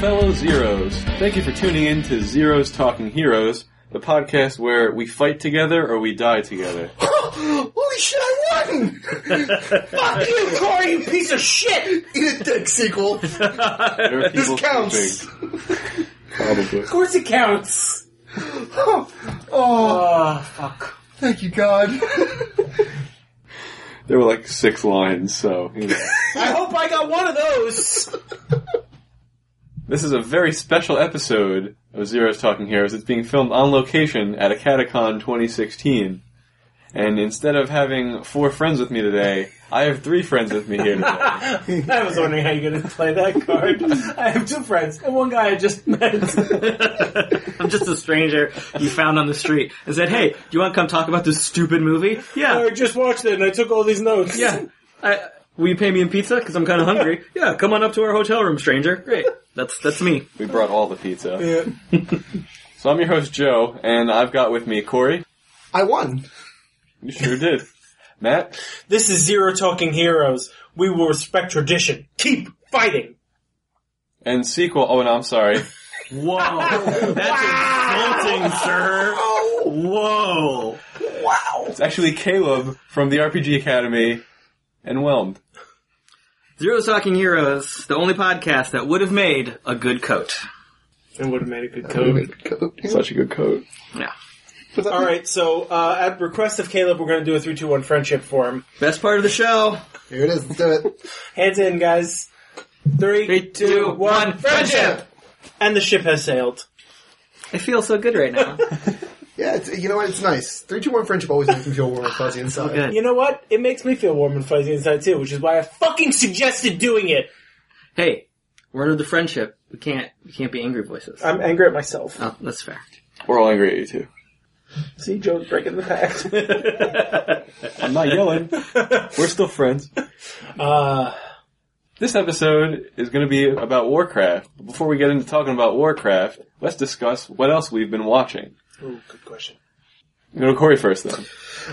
fellow Zeros. Thank you for tuning in to Zeros Talking Heroes, the podcast where we fight together or we die together. Holy shit, I won! Fuck you, Corey, you piece of shit! Eat a dick sequel. Of There are people counts. sleeping. Probably. course it counts. Oh, Ah, fuck. Thank you, God. There were like six lines, so you know. I hope I got one of those. This is a very special episode of Zero's Talking Heroes. It's being filmed on location at a Catacon 2016. And instead of having four friends with me today, I have three friends with me here today. I was wondering how you're going to play that card. I have two friends and one guy I just met. I'm just a stranger you found on the street and said, "Hey, do you want to come talk about this stupid movie?" Yeah, I just watched it and I took all these notes. yeah. I, will you pay me in pizza? Because I'm kind of hungry. Yeah, come on up to our hotel room, stranger. Great. That's that's me. We brought all the pizza. Yeah. So I'm your host, Joe, and I've got with me Corey. I won. You sure did. Matt. This is Zero Talking Heroes. We will respect tradition. Keep fighting. And sequel. Oh, and I'm sorry. Whoa, that's insulting, sir. Oh. Whoa. Wow. It's actually Caleb from the RPG Academy and Whelmed. Zero Talking Heroes, the only podcast that would have made a good coat. It would have made a good code. Such a good coat. Yeah. All right, so uh, at request of Caleb, we're going to do a 3 2 1 friendship for him. Best part of the show. Here it is, let's do it. Hands in, guys. Three, Three, two, two, one. one, friendship. And the ship has sailed. I feel so good right now. Yeah, it's, you know what, it's nice. 321 friendship always makes me feel warm and fuzzy inside. good. You know what? It makes me feel warm and fuzzy inside too, which is why I fucking suggested doing it. Hey, we're under the friendship. We can't we can't be angry voices. I'm angry at myself. Oh, that's fair. We're all angry at you too. See, Joe's breaking the pact. I'm not yelling. We're still friends. uh, This episode is going to be about Warcraft. But Before we get into talking about Warcraft, let's discuss what else we've been watching. ooh, good question. Go to Corey first, then.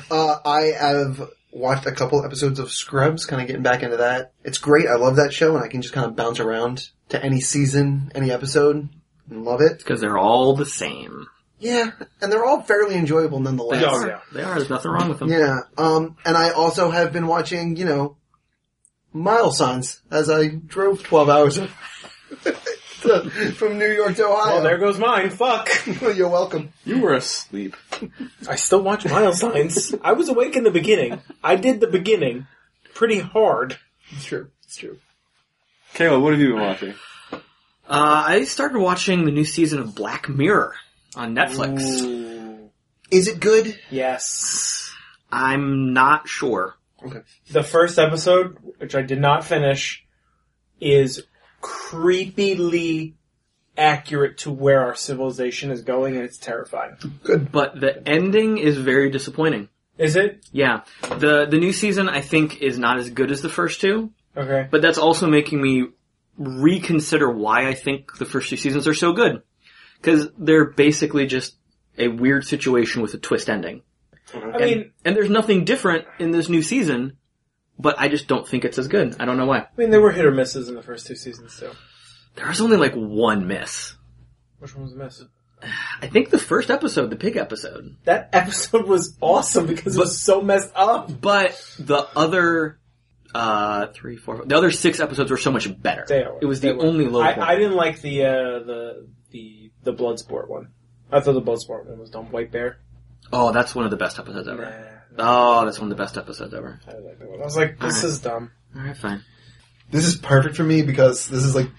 Uh, I have watched a couple episodes of Scrubs, kind of getting back into that. It's great. I love that show, and I can just kind of bounce around to any season, any episode, and love it. Because they're all the same. Yeah, and they're all fairly enjoyable They nonetheless. are. yeah. They are. There's nothing wrong with them. Yeah, um, and I also have been watching, you know, mile signs as I drove 12 hours to- from New York to Oh, there Ohio. goes mine. Fuck. You're welcome. You were asleep. I still watch Mile Signs. I was awake in the beginning. I did the beginning pretty hard. It's true. It's true. Caleb, what have you been watching? Uh, I started watching the new season of Black Mirror on Netflix. Is it good? Yes. I'm not sure. The first episode, which I did not finish, is creepily accurate to where our civilization is going, and it's terrifying. But the ending is very disappointing. Is it? Yeah. The the new season I think is not as good as the first two, Okay. but that's also making me reconsider why I think the first two seasons are so good. Cuz they're basically just a weird situation with a twist ending. I And, mean, and there's nothing different in this new season, but I just don't think it's as good. I don't know why. I mean, there were hit or misses in the first two seasons too. There was only like one miss. Which one was a miss? I think the first episode, the pig episode. That episode was awesome because it was so messed up. But the other uh three, four, the other six episodes were so much better. They are- it was they the were. only low point. I, I didn't like the uh, the the the Bloodsport one. I thought the Bloodsport one was dumb. White Bear. oh, that's one of the best episodes Nah, ever. Oh, that's one of the best episodes ever. I, like that one. I was like, this Uh-huh. is dumb. All right, fine. This is perfect for me because this is like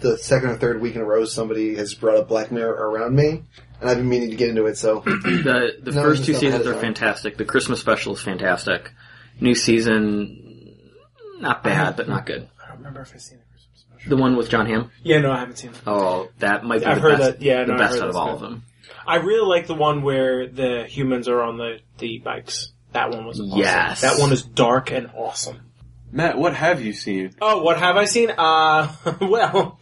the second or third week in a row somebody has brought up Black Mirror around me, and I've been meaning to get into it, so. The the No, first it's two not bad at seasons are all. fantastic. The Christmas special is fantastic. New season, not Uh-huh. bad, but not good. I don't remember if I seen the Christmas special. The one with John Hamm. Yeah, no, I haven't seen it. Oh, that might be I've the heard best. that- yeah, the no, I've best heard out of that's all good. of them. I really like the one where the humans are on the the bikes. That one was awesome. Yes. That one is dark and awesome. Matt, what have you seen? Oh, what have I seen? Uh, well,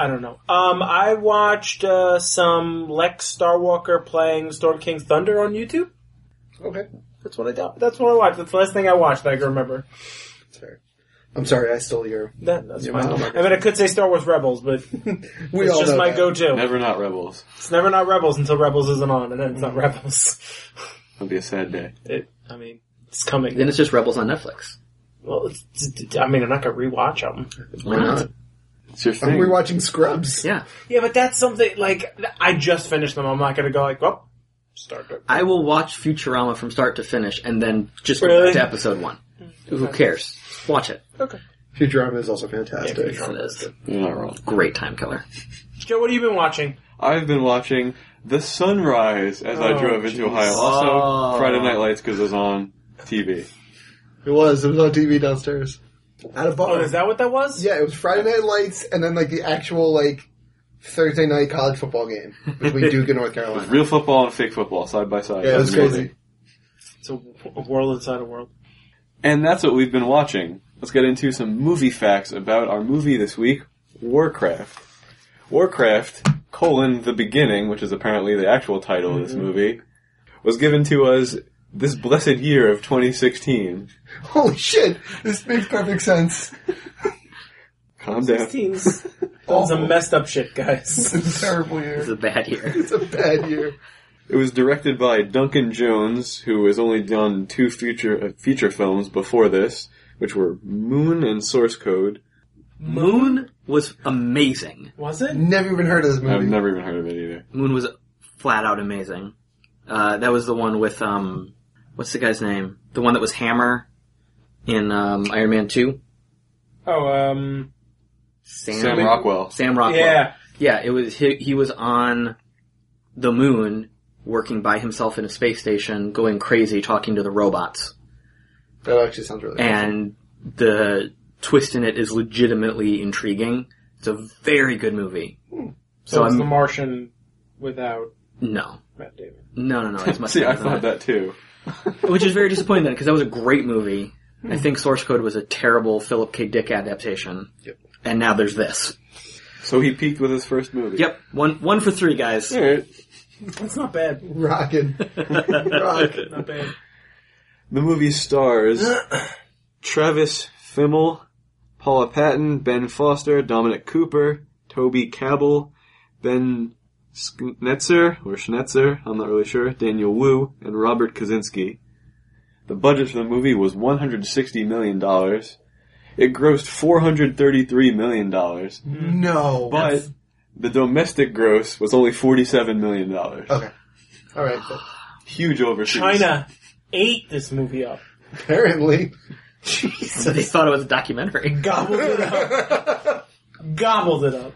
I don't know. Um, I watched uh, some Lex Starwalker playing Storm King's Thunder on YouTube. okay. That's what I did. That's what I watched. That's the last thing I watched that I can remember. That's fair. I'm sorry, I stole your. That, that's Yeah, fine. well, I mean, I could say Star Wars Rebels, but We it's all just know my that. go-to. Never not Rebels. It's never not Rebels until Rebels isn't on, and then it's not Mm-hmm. Rebels. It'll be a sad day. It, I mean, it's coming. Then it's just Rebels on Netflix. well, it's, it's- I mean, I'm not gonna rewatch them. Why not? It's your I'm thing. rewatching Scrubs. Yeah. Yeah, but that's something like I just finished them. I'm not gonna go like, well, start it. I will watch Futurama from start to finish and then just go Really? back to episode one. Who cares? Watch it. Okay. Futurama is also fantastic. Yeah, Futurama. It's a You're not wrong. great time killer. Joe, what have you been watching? I've been watching The Sunrise as I Oh, drove into jeez. Ohio. Also, Oh. Ah. Friday Night Lights because it's on TV. It was. It was on TV downstairs. At a bar. Oh, is that what that was? Yeah, it was Friday Night Lights, and then like the actual like Thursday night college football game between Duke and North It was Carolina. real football and fake football side by side. Yeah, it was amazing. crazy. It's a, a world inside a world. And that's what we've been watching. Let's get into some movie facts about our movie this week, Warcraft. Warcraft, colon, the beginning, which is apparently the actual title of this Mm-hmm. movie, was given to us this blessed year of 2016. Holy shit! This makes perfect sense. Calm down. Sixteens. That was a Awful. messed up shit, guys. It's a terrible It's year. a bad year. It's a bad year. It was directed by Duncan Jones, who has only done two feature uh, feature films before this, which were Moon and Source Code. Moon was amazing. Was it? Never even heard of this I've movie. never even heard of it either. Moon was flat out amazing. Uh, that was the one with um, what's the guy's name? The one that was Hammer in um, Iron Man Two. Oh, um, Sam, Sam Rockwell. Sam Rockwell. yeah. Yeah, it was he, he was on the moon working by himself in a space station, going crazy talking to the robots. That actually sounds really. And the twist in it is legitimately intriguing. It's a very good movie. So, So it's The I'm Martian without no. Matt Damon. No, no, no. It's much See, I better than thought that too. which is very disappointing then because that was a great movie. Hmm. I think Source Code was a terrible Philip K. Dick adaptation. Yep. And now there's this. So he peaked with his first movie. Yep, one one for three guys. All right. That's not bad. Rockin'. Rockin'. Not bad. The movie stars Travis Fimmel, Paula Patton, Ben Foster, Dominic Cooper, Toby Cabell, Ben Schnetzer, or Schnetzer, I'm not really sure, Daniel Wu, and Robert Kaczynski. The budget for the movie was $160 million. It grossed $433 million, No. but the domestic gross was only $47 million. okay. All right. but Huge overseas. China ate this movie up. Apparently. They thought it was a documentary. Gobbled it up. Gobbled it up.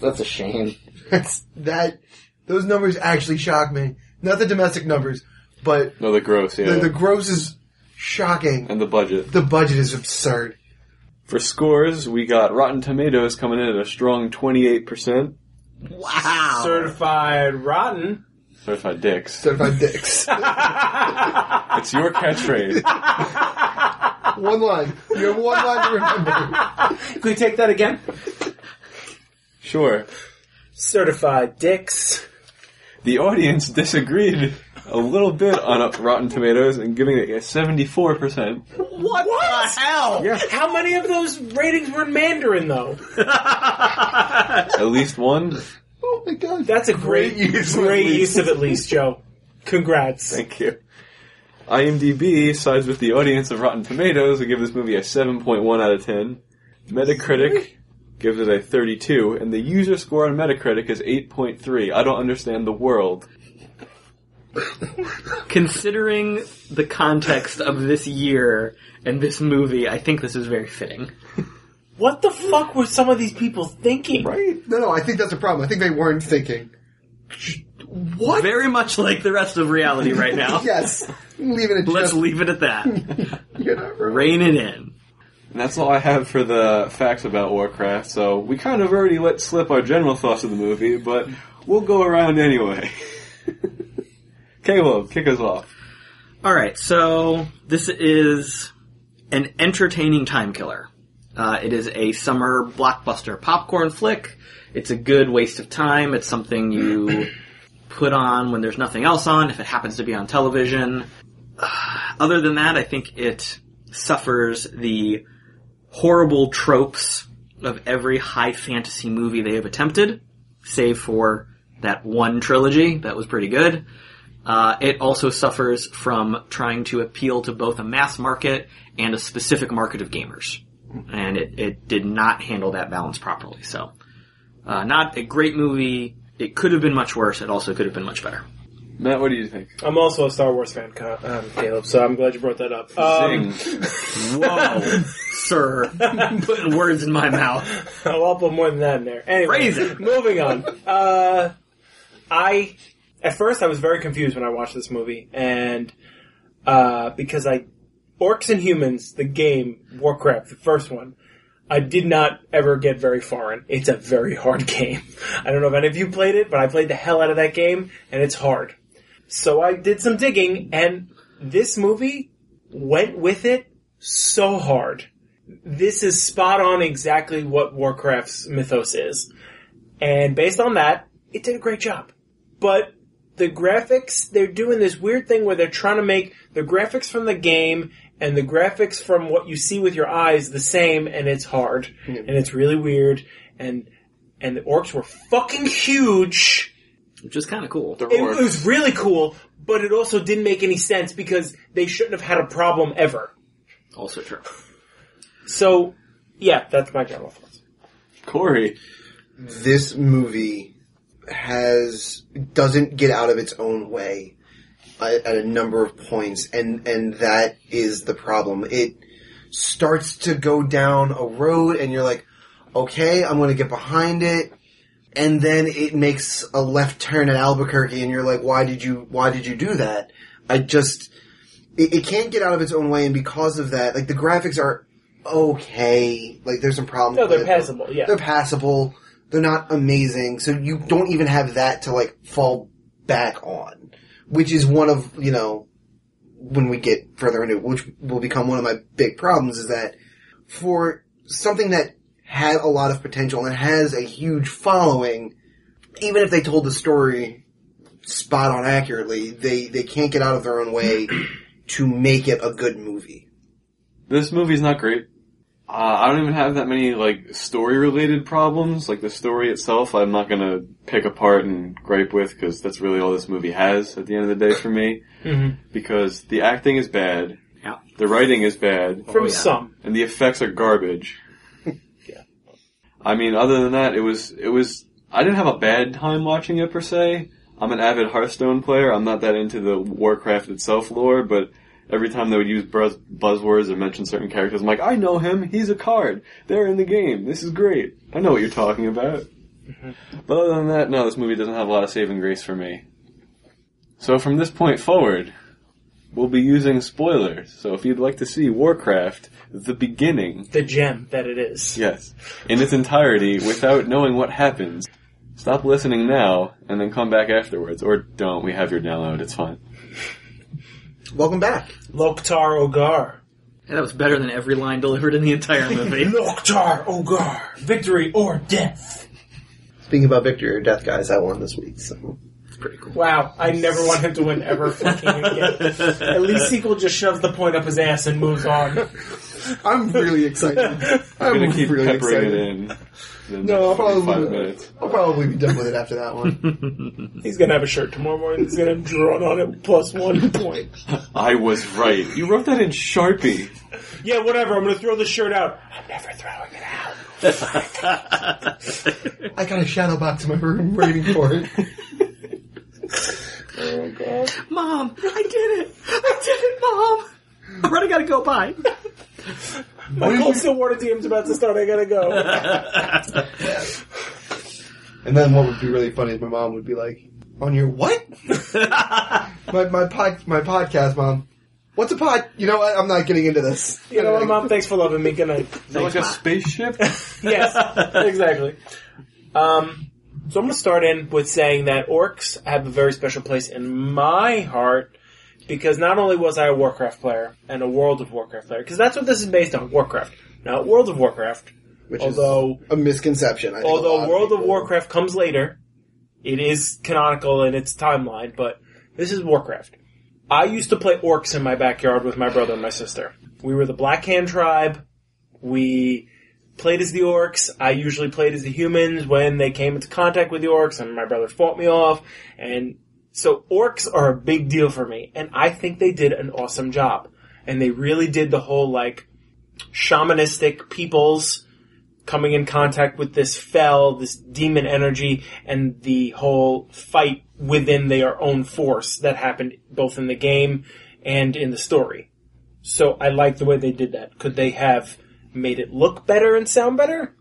That's a shame. That's that. Those numbers actually shock me. Not the domestic numbers, but No, the gross, yeah. the, the gross is shocking. and the budget. The budget is absurd. For scores, we got Rotten Tomatoes coming in at a strong 28%. Wow. Certified rotten. Certified dicks. Certified dicks. It's your catchphrase. one line. You have one line to remember. Can we take that again? Sure. Certified dicks. The audience disagreed a little bit on uh, Rotten Tomatoes and giving it a 74%. What, the hell? Yeah. How many of those ratings were in Mandarin though? At least one. Oh my god. That's a great, Great great use use, of at least. of at least, Joe. Congrats. Thank you. IMDb sides with the audience of Rotten Tomatoes and give this movie a 7.1 out of 10. Metacritic gives it a 32, and the user score on Metacritic is 8.3. I don't understand the world. Considering the context of this year and this movie, I think this is very fitting. What the fuck were some of these people thinking? Right? No, no. I think that's a problem. I think they weren't thinking. What? Very much like the rest of reality right now. yes. Leaving it. Let's just, leave it at that. You're not wrong. Rein it in. And that's all I have for the facts about Warcraft, so we kind of already let slip our general thoughts of the movie, but we'll go around anyway. Caleb, kick us off. All right, so this is an entertaining time killer. Uh, it is a summer blockbuster popcorn flick. It's a good waste of time. It's something you put on when there's nothing else on, if it happens to be on television. Uh, other than that, I think it suffers the horrible tropes of every high fantasy movie they have attempted, save for that one trilogy that was pretty good. Uh, it also suffers from trying to appeal to both a mass market and a specific market of gamers. And it, it did not handle that balance properly. So, uh, not a great movie. It could have been much worse. It also could have been much better. Matt, what do you think? I'm also a Star Wars fan, Ca- um, Caleb, so I'm glad you brought that up. Um, Zing. Whoa, sir. Putting words in my mouth. Well, Oh, I'll put more than that in there. Anyway, Raise it. moving on. Uh, I at first I was very confused when I watched this movie, and uh, because I Orcs and Humans, the game Warcraft, the first one, I did not ever get very far in. It's a very hard game. I don't know if any of you played it, but I played the hell out of that game, and it's hard. So I did some digging, and this movie went with it so hard this is spot on exactly what Warcraft's mythos is. And based on that, it did a great job. But the graphics, they're doing this weird thing where they're trying to make the graphics from the game and the graphics from what you see with your eyes the same and it's hard. And it's really weird and and the orcs were fucking huge Which is kind of cool. The it, roar. it was really cool, but it also didn't make any sense because they shouldn't have had a problem ever. Also true. So, yeah, that's my general thoughts. Corey. this movie has doesn't get out of its own way at, at a number of points, and and that is the problem. It starts to go down a road, and you're like, okay, I'm going to get behind it, and then it makes a left turn at Albuquerque, and you're like, why did you why did you do that? I just it, it can't get out of its own way, and because of that, like the graphics are okay. Like there's some problems. No, they're with it. passable. Yeah, They're passable. They're not amazing. So you don't even have that to like fall back on, which is one of, you know, when we get further into it, which will become one of my big problems is that for something that had a lot of potential and has a huge following, even if they told the story spot on accurately, they, they can't get out of their own way to make it a good movie. This movie's not great. Uh, I don't even have that many, like, story-related problems. Like, the story itself, I'm not gonna pick apart and gripe with, because that's really all this movie has at the end of the day for me. Mhm. Because the acting is bad. Yeah. The writing is bad. from Oh, yeah. some. and the effects are garbage. I mean, other than that, it was it was. I didn't have a bad time watching it per se. I'm an avid Hearthstone player. I'm not that into the Warcraft itself lore, but every time they would use buzz, buzzwords or mention certain characters, I'm like, I know him. He's a card. They're in the game. This is great. I know what you're talking about. But other than that, no, this movie doesn't have a lot of saving grace for me. So from this point forward, we'll be using spoilers. So if you'd like to see Warcraft, the beginning, The gem that it is. Yes. In its entirety, without knowing what happens. Stop listening now, and then come back afterwards. Or don't, we have your download, it's fine. Welcome back. Loktar Ogar. And that was better than every line delivered in the entire movie. Loktar Ogar. Victory or death. Speaking about victory or death, guys, I won this week, so. It's pretty cool. Wow, I never want him to win ever fucking again. At least Sequel just shoves the point up his ass and moves on. I'm really excited. I'm I'm gonna keep really peppering excited. it in. in the No, I'll next 45 probably- minutes. I'll probably be done with it after that one. He's gonna have a shirt tomorrow morning. He's gonna have drawn on it plus one point. I was right. You wrote that in Sharpie. Yeah, whatever. I'm gonna throw the shirt out. I'm never throwing it out. I got a shadow box in my room waiting for it. Mom, I did it! I did it, Mom! Already gotta go, bye. My cold still water team's about to start. I gotta go. And then what would be really funny is my mom would be like, "On your what? my my pod, my podcast, mom. What's a pod? You know what? I'm not getting into this. You know what, mom? Thanks for loving me. Good night. Is that like a spaceship? yes, exactly. Um, so I'm going to start in with saying that orcs have a very special place in my heart because not only was I a Warcraft player and a World of Warcraft player, because that's what this is based on, Warcraft. Now, World of Warcraft, Which although is a misconception. I think a lot although World of people- Warcraft comes later, it is canonical in its timeline, but this is Warcraft. I used to play orcs in my backyard with my brother and my sister. We were the Black Hand tribe. We played as the orcs. I usually played as the humans when they came into contact with the orcs, and my brother fought me off. And so orcs are a big deal for me, and I think they did an awesome job. And they really did the whole like shamanistic peoples coming in contact with this fell, this demon energy, and the whole fight within their own force that happened both in the game and in the story. So I like the way they did that. Could they have made it look better and sound better?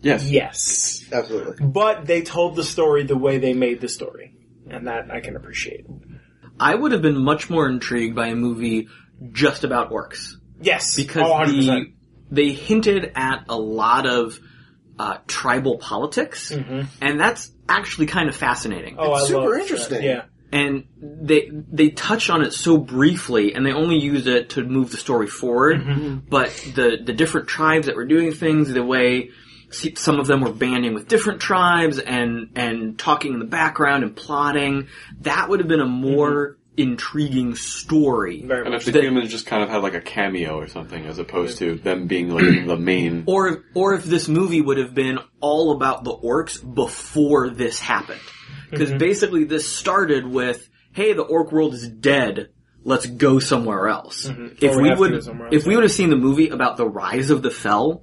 Yes. Yes. Absolutely. But they told the story the way they made the story. And that I can appreciate. I would have been much more intrigued by a movie just about orcs Yes. because oh, 100%. the, they hinted at a lot of uh, tribal politics, Mm-hmm. and that's actually kind of fascinating. oh, I super love that. interesting. Yeah. and they they touch on it so briefly, and they only use it to move the story forward. But the the different tribes that were doing things, the way se- some of them were banding with different tribes and and talking in the background and plotting, that would have been a more intriguing story. Very And if much. the humans just kind of had like a cameo or something, as opposed to them being like the main. Or if, or if this movie would have been all about the orcs before this happened. Because Mm-hmm. basically this started with, hey, the orc world is dead. Let's go somewhere else. If Or Mm-hmm. we we have to would, go somewhere else, if we would have seen the movie about the rise of the Fell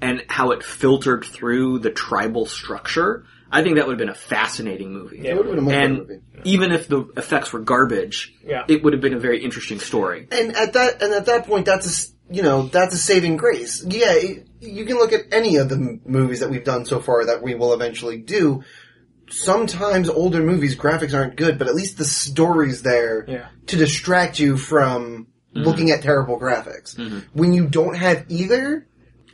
and how it filtered through the tribal structure, I think that would have been a fascinating movie. It would have been a much better And movie. even if the effects were garbage, Yeah. it would have been a very interesting story. and at that and at that point, that's a s you know that's a saving grace. Yeah, it, you can look at any of the m- movies that we've done so far that we will eventually do. Sometimes older movies graphics aren't good, but at least the story's there Yeah. to distract you from looking at terrible graphics. When you don't have either,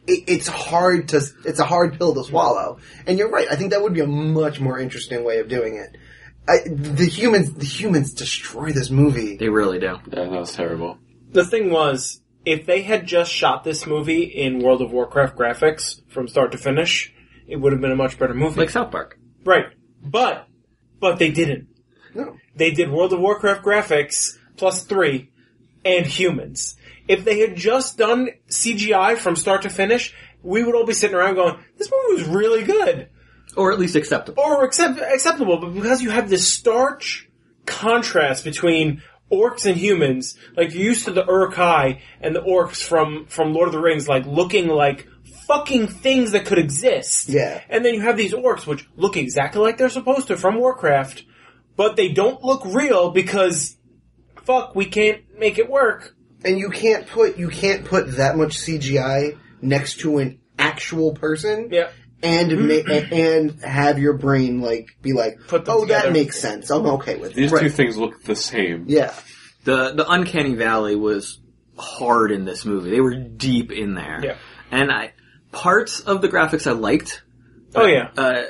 it, it's hard to it's a hard pill to swallow. And you're right. I think that would be a much more interesting way of doing it. I, the humans, the humans destroy this movie. They really do. Yeah, that was terrible. the thing was, if they had just shot this movie in World of Warcraft graphics from start to finish, it would have been a much better movie. Like South Park. right. But, but they didn't. No. They did World of Warcraft graphics plus three and humans. If they had just done CGI from start to finish, we would all be sitting around going, this movie was really good. Or at least acceptable. Or accept- acceptable, but because you have this starch contrast between orcs and humans, like you're used to the Urukai and the orcs from, from Lord of the Rings, like looking like fucking things that could exist. Yeah. And then you have these orcs which look exactly like they're supposed to from Warcraft, but they don't look real because fuck, we can't make it work. and you can't put you can't put that much CGI next to an actual person. Yeah. Mm-hmm. And ma- and have your brain like be like, Put them oh, together. that makes sense. I'm okay with These it. Right. two things look the same. yeah. the the uncanny valley was hard in this movie. They were deep in there. Yeah. And I parts of the graphics I liked. Oh yeah. Uh,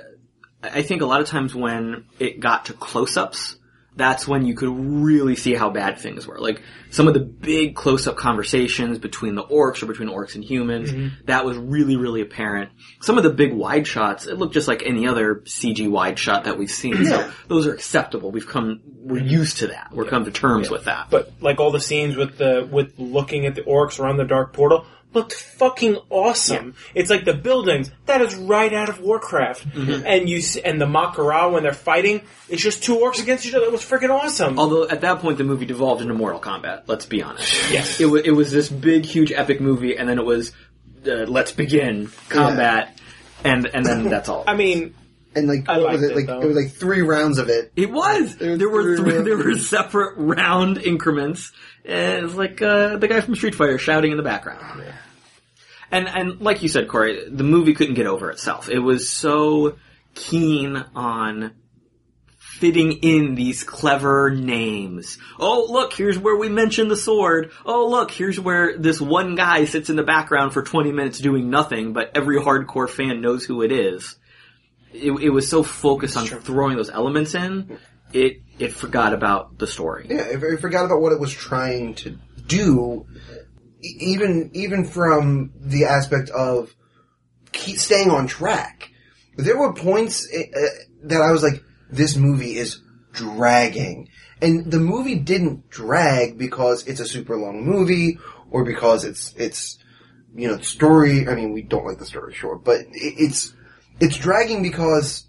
I think a lot of times when it got to close-ups, that's when you could really see how bad things were. Like some of the big close-up conversations between the orcs or between orcs and humans, Mm-hmm. that was really really apparent. Some of the big wide shots, it looked just like any other CG wide shot that we've seen. So those are acceptable. We've come we're used to that. We're come to terms with that. Mm-hmm. But like all the scenes with the with looking at the orcs around the dark portal looked fucking awesome. It's like the buildings that is right out of Warcraft, and you s- and the Makara when they're fighting, it's just two orcs against each other. It was freaking awesome. Although at that point the movie devolved into Mortal Kombat. Let's be honest. Yes. It, wa it was this big, huge, epic movie, and then it was uh, let's begin combat, and and then that's all. I mean, And like, I what was liked it? it, Like though. it was like three rounds of it. it was. There was There were three three. rounds. There were separate round increments. And It was like uh, the guy from Street Fighter shouting in the background. And and like you said, Corey, the movie couldn't get over itself. It was so keen on fitting in these clever names. Oh, look, here's where we mention the sword. Oh, look, here's where this one guy sits in the background for 20 minutes doing nothing, but every hardcore fan knows who it is. It, it was so focused on throwing those elements in, it it forgot about the story. Yeah, I, I forgot about what it was trying to do. E- Even even from the aspect of keep staying on track, there were points eh, eh, that I was like, "This movie is dragging," and the movie didn't drag because it's a super long movie or because it's it's you know, the story, I mean, we don't like the story, sure, but it, it's, it's dragging because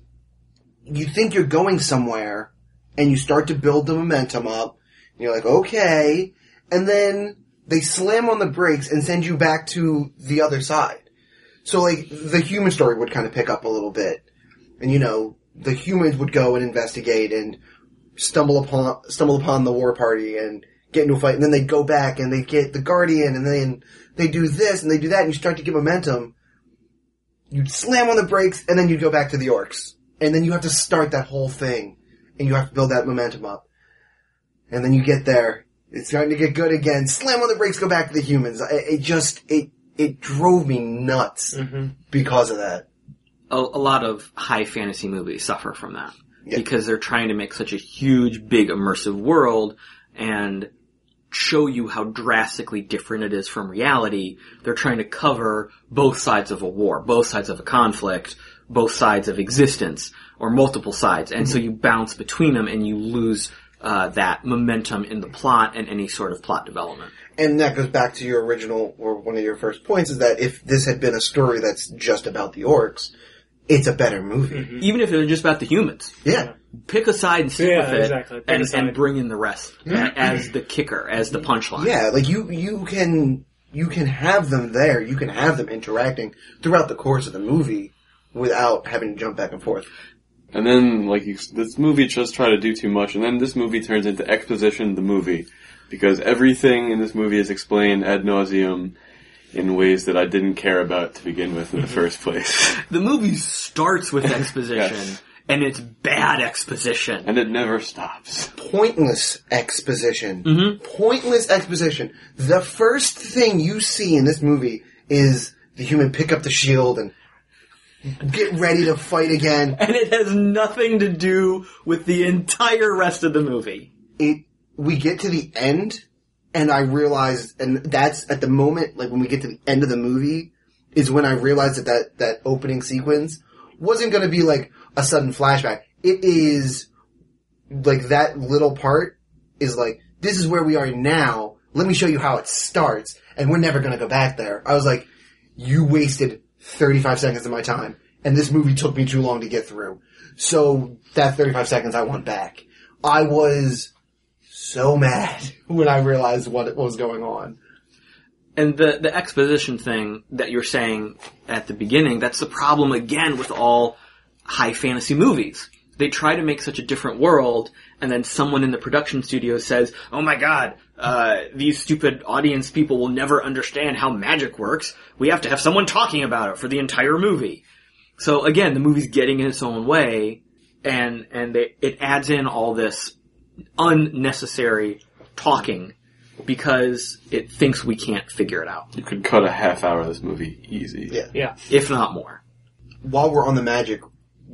you think you're going somewhere and you start to build the momentum up. And you're like, okay. And then they slam on the brakes and send you back to the other side. So like the human story would kind of pick up a little bit. And you know, the humans would go and investigate and stumble upon, stumble upon the war party and get into a fight. And then they go back and they get the guardian and then they do this and they do that and you start to get momentum. You'd slam on the brakes and then you'd go back to the orcs. And then you have to start that whole thing and you have to build that momentum up. And then you get there. It's starting to get good again. Slam on the brakes, go back to the humans. It, it just, it, it drove me nuts because of that. a, a lot of high fantasy movies suffer from that Yeah. because they're trying to make such a huge, big, immersive world and show you how drastically different it is from reality. They're trying to cover both sides of a war, both sides of a conflict, both sides of existence, or multiple sides, and so you bounce between them and you lose uh, that momentum in the plot and any sort of plot development. And that goes back to your original, or one of your first points, is that if this had been a story that's just about the orcs, it's a better movie. Even if they're just about the humans, Yeah. pick a side and stick Yeah, with it, exactly. Pick a and, and side. bring in the rest Hmm. a- as the kicker, as the punchline. Yeah, like you, you can, you can have them there, you can have them interacting throughout the course of the movie without having to jump back and forth. And then, like, you, this movie just tried to do too much, and then this movie turns into exposition the movie. Because everything in this movie is explained ad nauseum in ways that I didn't care about to begin with Mm-hmm. in the first place. The movie starts with exposition, Yes. and it's bad exposition. And it never stops. pointless exposition. Pointless exposition. The first thing you see in this movie is the human pick up the shield and get ready to fight again. And it has nothing to do with the entire rest of the movie. It, we get to the end and I realized, and that's at the moment, like when we get to the end of the movie, is when I realized that that, that opening sequence wasn't gonna be like a sudden flashback. It is like that little part is like, this is where we are now. Let me show you how it starts, and we're never gonna go back there. I was like, you wasted 35 seconds of my time, and this movie took me too long to get through. So that 35 seconds I want back. I was so mad when I realized what, what was going on. And the, the exposition thing that you're saying at the beginning, that's the problem again with all high fantasy movies. They try to make such a different world, and then someone in the production studio says, oh my god, uh, these stupid audience people will never understand how magic works. We have to have someone talking about it for the entire movie. So again, the movie's getting in its own way, and, and they, it adds in all this unnecessary talking because it thinks we can't figure it out, You could cut a half hour of this movie easy. Yeah. Yeah. if not more. while we're on the magic,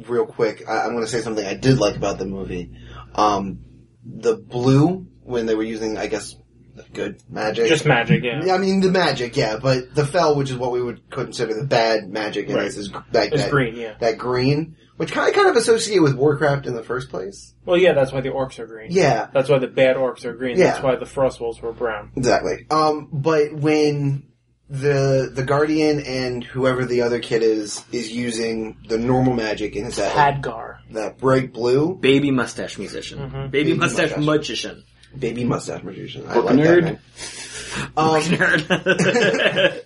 real quick, I, I'm going to say something I did like about the movie. Um, the blue when they were using, I guess, good magic. Just magic, yeah. Yeah, I mean the magic, yeah, but the fell, which is what we would consider the bad magic, in Right. this, is gr- that, It's that- green, yeah. that green, which kind of kind of associate with Warcraft in the first place. Well, yeah, that's why the orcs are green. Yeah, That's why the bad orcs are green. Yeah. That's why the frost wolves were brown. exactly. Um, but when the the guardian and whoever the other kid is is using the normal magic, and it's that Hadgar. that bright blue, Baby mustache musician, Mm-hmm. baby, Baby mustache, mustache. magician. Baby mustache magician. I Book like nerd. that name. Um, Nerd.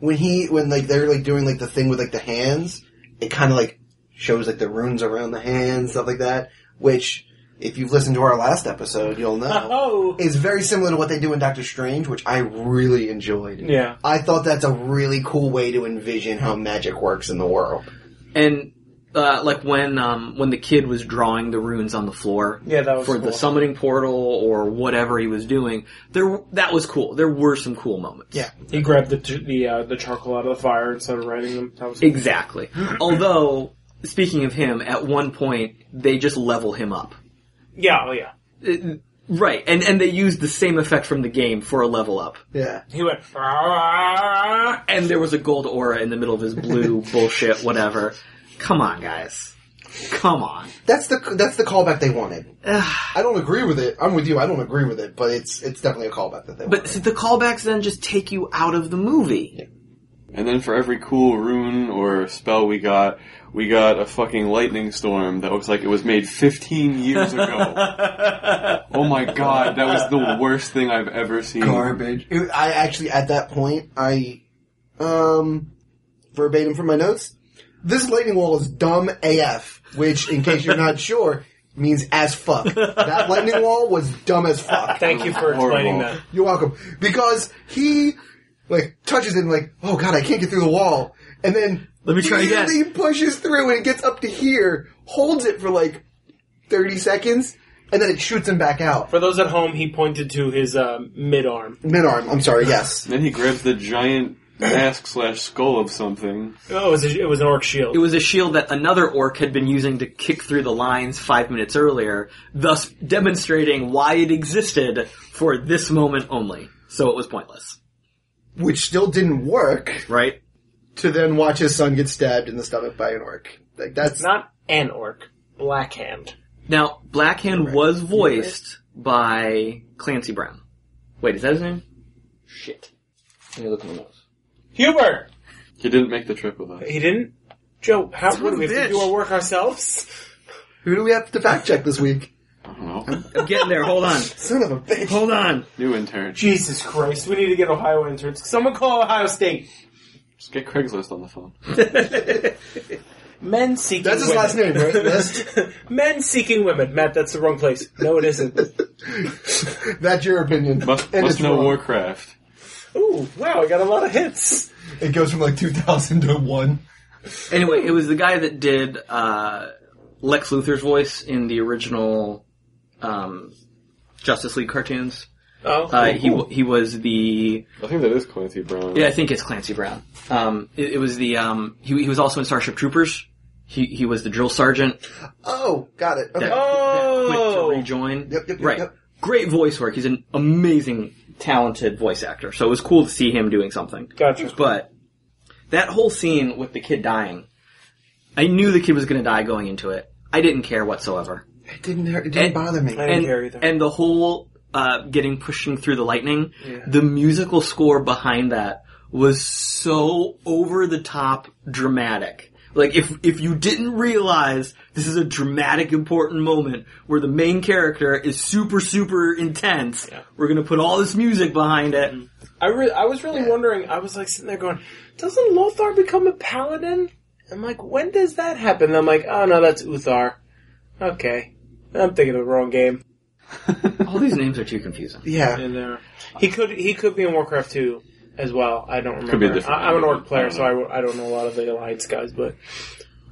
when he, when like they're like doing like the thing with like the hands, it kind of like shows like the runes around the hands, stuff like that. Which, if you've listened to our last episode, you'll know Oh! is very similar to what they do in Doctor Strange, which I really enjoyed. Yeah. I thought that's a really cool way to envision how magic works in the world. and uh, like when um, when the kid was drawing the runes on the floor, Yeah, that was for the cool. summoning portal or whatever he was doing. There, that was cool. There were some cool moments. Yeah. He grabbed the t- the uh, the charcoal out of the fire and started writing them. That was Exactly. Although, speaking of him, at one point they just level him up. yeah, oh yeah. It- right, and and they used the same effect from the game for a level up. Yeah. He went. "Ah." And there was a gold aura in the middle of his blue bullshit, whatever. Come on, guys. Come on. That's the that's the callback they wanted. Ugh. I don't agree with it. I'm with you. I don't agree with it, but it's it's definitely a callback that they. But wanted. see, the callbacks then just take you out of the movie. And then for every cool rune or spell we got, we got a fucking lightning storm that looks like it was made 15 years ago. oh my god, that was the worst thing I've ever seen. garbage. It- I actually, at that point, I, um, verbatim from my notes, this lightning wall is dumb AF, which, in case you're not sure, means as fuck. That lightning wall was dumb as fuck. Thank you for explaining Horrible. that. You're welcome. Because he, like, touches it and like, oh god, I can't get through the wall. And then, Let me try again. He pushes through and it gets up to here, holds it for like 30 seconds, and then it shoots him back out. For those at home, he pointed to his um, mid arm. Mid arm, I'm sorry, yes. Then he grabs the giant mask slash skull of something. Oh, it was, a, it was an orc shield. It was a shield that another orc had been using to kick through the lines five minutes earlier, thus demonstrating why it existed for this moment only. So it was pointless, Which still didn't work. right? to then watch his son get stabbed in the stomach by an orc. Like that's Not an orc. Black hand. Now, Blackhand Right. was voiced by Clancy Brown. Wait, is that his name? Shit. Let me look in the notes. Hubert! He didn't make the trip with us. He didn't? Joe, how Son would of we a have to do bitch. our work ourselves? who do we have to fact check this week? I don't know. I'm getting there. Hold on. Son of a bitch. Hold on. New intern. Jesus Christ, we need to get Ohio interns. Someone call Ohio State. Just get Craigslist on the phone. Men seeking That's his women. last name, right? List? Men seeking women. Matt, that's the wrong place. No, it isn't. That's your opinion. Must, And must it's know wrong. Warcraft. Ooh, wow, I got a lot of hits. It goes from like 2000 to one. Anyway, it was the guy that did uh, Lex Luthor's voice in the original um, Justice League cartoons. Oh, Uh, he wa- he was the I think that is Clancy Brown. yeah I think it's Clancy Brown. Um, it, it was the um, he he was also in Starship Troopers. He he was the drill sergeant. Oh, got it. Okay. that- that quit Oh. to rejoin. Yep, yep, yep, right. yep. Great voice work. He's an amazing, talented voice actor. So it was cool to see him doing something. gotcha. But that whole scene with the kid dying, I knew the kid was going to die going into it. I didn't care whatsoever. It didn't hurt. It didn't And- bother me. I didn't And care either. and the whole uh, getting pushing through the lightning, the musical score behind that was so over the top dramatic. Like if if you didn't realize this is a dramatic important moment where the main character is super super intense, we're gonna put all this music behind it. I, re- I was really wondering, I was like sitting there going, doesn't Lothar become a paladin? I'm like, when does that happen? And I'm like, oh no, that's Uthar. Okay. I'm thinking of the wrong game. All these names are too confusing. yeah. In there. He could he could be in Warcraft 2 as well. I don't remember. Could be a different- I, I'm an orc player, so I, w- I don't know a lot of the Alliance guys, but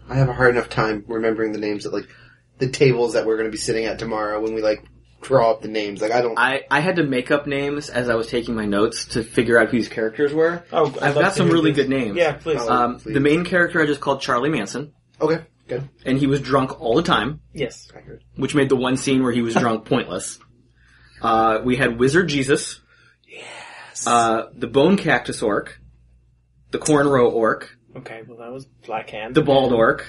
I have a hard enough time remembering the names of like the tables that we're going to be sitting at tomorrow when we like draw up the names. Like I don't. I, I had to make up names as I was taking my notes to figure out who these characters were. Oh, I'd I've love got to some hear really this. good names. yeah, please. Oh. Um, Please. the main character I just called Charlie Manson, okay. Good. and he was drunk all the time, yes. I heard. which made the one scene where he was drunk pointless. Uh, we had Wizard Jesus. Yes. Uh, the Bone Cactus Orc. The Cornrow Orc. Okay, well that was Black Hand. The Bald Orc.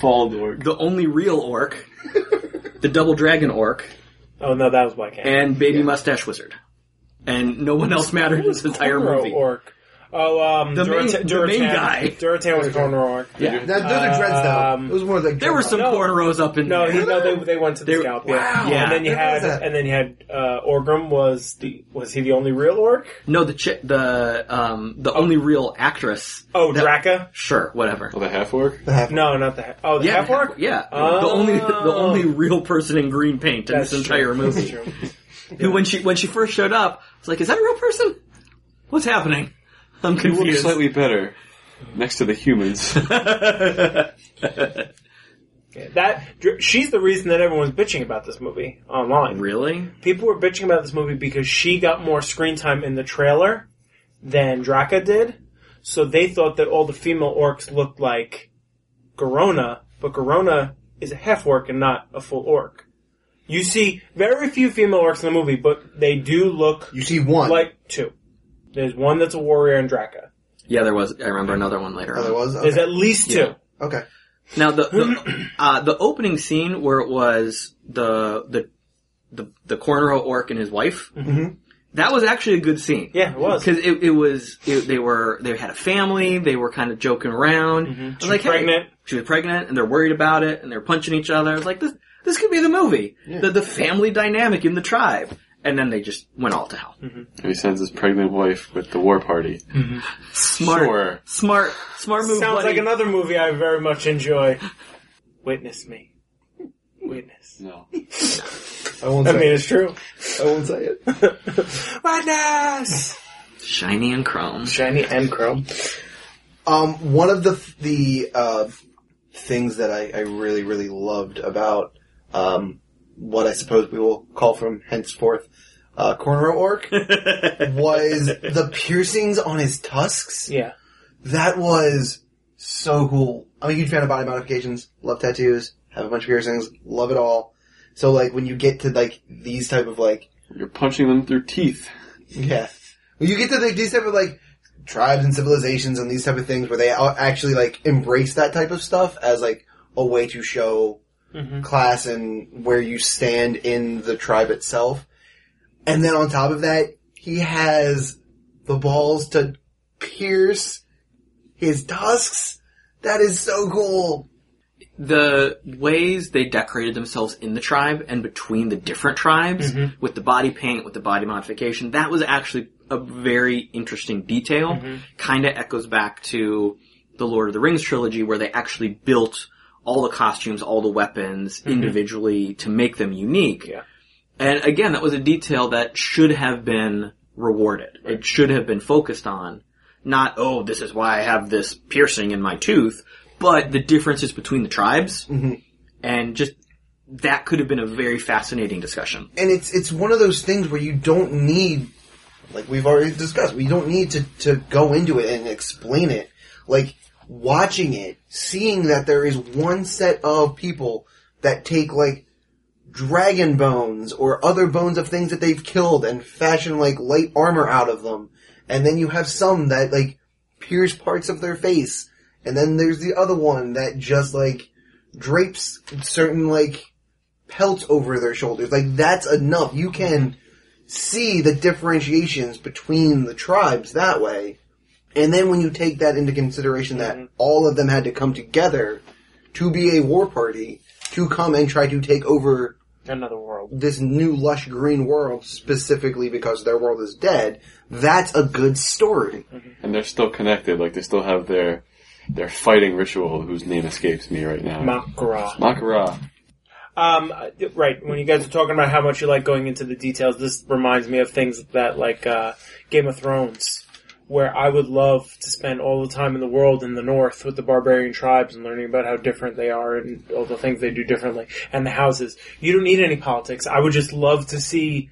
Bald orc. The Only Real Orc. the Double Dragon Orc. oh no, that was Black Hand. And Baby Mustache Wizard. And no one else mattered in this entire Cornrow movie. Orc. Oh, um, The main- Durata- the main Duratan- guy. Duratan was Cornrow Orc. Now, Yeah. those are dreads though. Um, it was more of like There were some No. cornrows up in No, he, no, they, they went to the They- scalp. Yeah. wow. Yeah. and then you There was had, that. and then you had uh, Orgrim was the was he the only real orc? No, the chick, the um, the only real actress. Oh, that- Draka. Sure, whatever. Oh, the half orc? The half- No, not the ha- oh the Yeah, half orc. yeah. The Oh. only the only real person in green paint in That's this entire true. That's movie. true. Who, when she when she first showed up, I was like, "Is that a real person? What's happening? I'm He looks confused." slightly better next to the humans. Yeah, That Dr- she's the reason that everyone's bitching about this movie online. really? People were bitching about this movie because she got more screen time in the trailer than Draka did, so they thought that all the female orcs looked like Garona, but Garona is a half orc and not a full orc. You see very few female orcs in the movie, but they do look You see one. like two. There's one that's a warrior and Draka. Yeah, there was. I remember another one later oh, there on. was. Okay. There's at least two. Yeah. okay. Now the the, uh, the opening scene where it was the the the, the cornrow orc and his wife. That was actually a good scene. Mm-hmm. Yeah, it was. Mm-hmm. because it, it was it, they were they had a family. They were kind of joking around. I was like, hey, Mm-hmm. pregnant. she was pregnant, and they're worried about it, and they're punching each other. I was like, this this could be the movie. The the family dynamic in the tribe. And then they just went all to hell. Mm. He sends his pregnant wife with the war party. Smart, Sure. smart, smart move. Sounds buddy. like another movie I very much enjoy. Witness me. Witness. No. I won't I say mean, it. it's true. I won't say it. Witness. shiny and chrome. Shiny and chrome. Um, one of the the uh, things that I, I really really loved about um, what I suppose we will call from henceforth uh, cornrow orc was the piercings on his tusks. Yeah. That was so cool. I'm a huge fan of body modifications. Love tattoos. Have a bunch of piercings. Love it all. So like when you get to like these type of like You're punching them through teeth. yeah. Well, you get to like, these type of like tribes and civilizations and these type of things where they au- actually like embrace that type of stuff as like a way to show class and where you stand in the tribe itself. And then on top of that, he has the balls to pierce his tusks. That is so cool. the ways they decorated themselves in the tribe and between the different tribes with the body paint, with the body modification, that was actually a very interesting detail. Kind of echoes back to the Lord of the Rings trilogy where they actually built all the costumes, all the weapons individually to make them unique. Yeah. And again, that was a detail that should have been rewarded. It should have been focused on. Not, oh, this is why I have this piercing in my tooth, but the differences between the tribes. And just, that could have been a very fascinating discussion. and it's it's one of those things where you don't need like we've already discussed we don't need to to go into it and explain it like watching it seeing that there is one set of people that take like dragon bones or other bones of things that they've killed and fashion like light armor out of them and then you have some that like pierce parts of their face and then there's the other one that just like drapes certain like pelt over their shoulders. Like that's enough. You can see the differentiations between the tribes that way. And then when you take that into consideration that all of them had to come together to be a war party to come and try to take over Another world. this new lush green world specifically because their world is dead, that's a good story. And they're still connected, like they still have their their fighting ritual whose name escapes me right now. Makra. Makara. Um, uh, right. When you guys are talking about how much you like going into the details, this reminds me of things that like uh, Game of Thrones, where I would love to spend all the time in the world in the north with the barbarian tribes and learning about how different they are and all the things they do differently and the houses. You don't need any politics. I would just love to see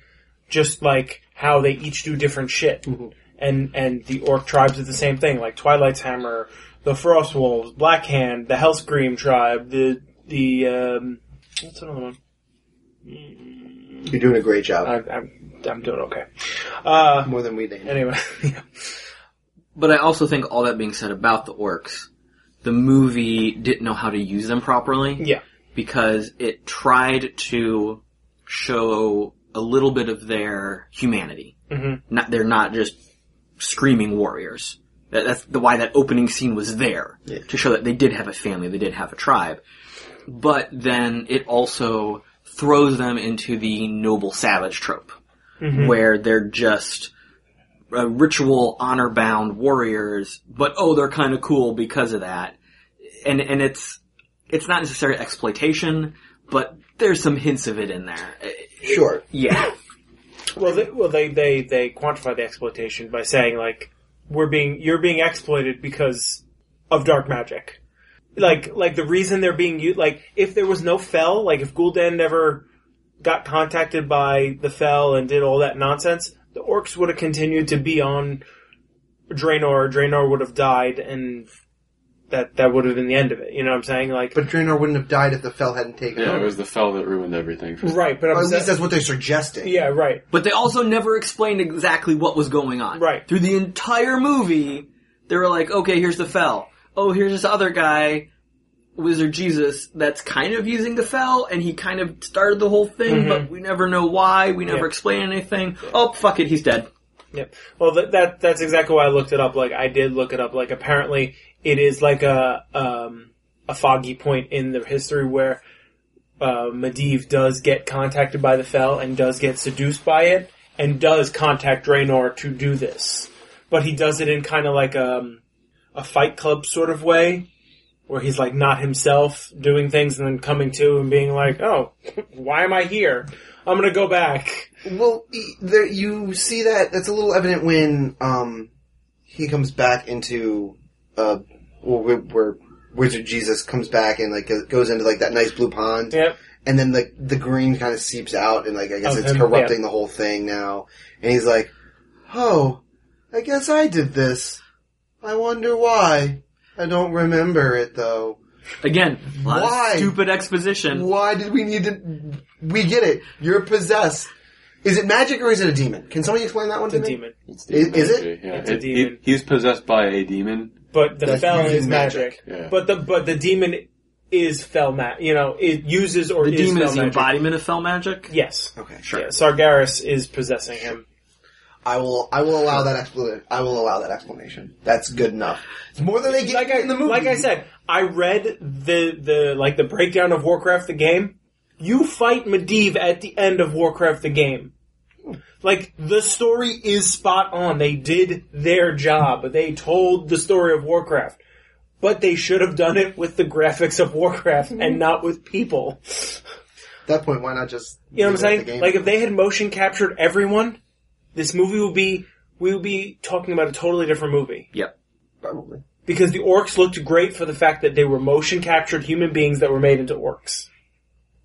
just like how they each do different shit. And and the orc tribes did the same thing, like Twilight's Hammer, the Frost Wolves, Black Hand, the Hellscream tribe, the the um, What's another one? You're doing a great job. I, I'm I'm doing okay. Uh, More than we did. anyway, But I also think all that being said about the orcs, the movie didn't know how to use them properly. yeah, because it tried to show a little bit of their humanity. Mm-hmm. Not they're not just screaming warriors. That, that's the why that opening scene was there to show that they did have a family, they did have a tribe. But then it also throws them into the noble savage trope, where they're just uh, ritual honor bound warriors. But oh, they're kind of cool because of that. And and it's it's not necessarily exploitation, but there's some hints of it in there. Uh, Sure. Yeah. well, they, well, they they they quantify the exploitation by saying like we're being you're being exploited because of dark magic. Like like the reason they're being used. Like if there was no fell, like if Gul'dan never got contacted by the fell and did all that nonsense, the orcs would have continued to be on Draenor. Draenor would have died, and that that would have been the end of it. You know what I'm saying? Like, But Draenor wouldn't have died if the Fell hadn't taken Yeah, it over. was the fell that ruined everything. For Right, but I'm or at saying- least that's what they're suggesting. yeah, right. But they also never explained exactly what was going on. Right. Through the entire movie, they were like, okay, here's the fell. Oh, here's this other guy. Wizard Jesus that's kind of using the fell, and he kind of started the whole thing, but we never know why. We never Mm-hmm. Yeah. explain anything. Oh, fuck it, he's dead. Yep. Well, that, that that's exactly why I looked it up. Like I did look it up. Like apparently it is like a um, a foggy point in the history where uh, Medivh does get contacted by the Fell and does get seduced by it and does contact Draenor to do this, but he does it in kind of like um, a Fight Club sort of way. Where he's like not himself doing things and then coming to and being like, oh, why am I here? I'm gonna go back. Well, e- there, you see that that's a little evident when um, he comes back into uh, well, where, where Wizard Jesus comes back and like goes into like that nice blue pond, Yep. and then like the green kind of seeps out, and like I guess Of it's him, corrupting yeah. the whole thing now. And he's like, "Oh, I guess I did this. I wonder why. I don't remember it though. Again, a lot of Why? stupid exposition. Why did we need to? We get it. You're possessed." Is it magic or is it a demon? Can somebody explain that one to The me? demon. It's Is- is it? Yeah. It's a It- he- demon. he's possessed by a demon. But the That's fell using is magic. magic. Yeah. But the but the demon is fell ma- You know, it uses or The is demon fell is the magic. embodiment of fell magic. Yes. Okay, Sure. Yeah, Sargeras is possessing him. I will. I will allow that explanation. I will allow that explanation. That's good enough. It's more than they get Like I in the movie. like I said, I read the the like the breakdown of Warcraft the game. You fight Medivh at the end of Warcraft the game. Like the story is spot on. They did their job. They told the story of Warcraft. But they should have done it with the graphics of Warcraft and not with people. at that point, why not just? You know what I'm saying? Like if they had motion captured everyone, this movie would be we would be talking about a totally different movie. Yep. probably. Because the orcs looked great for the fact that they were motion captured human beings that were made into orcs.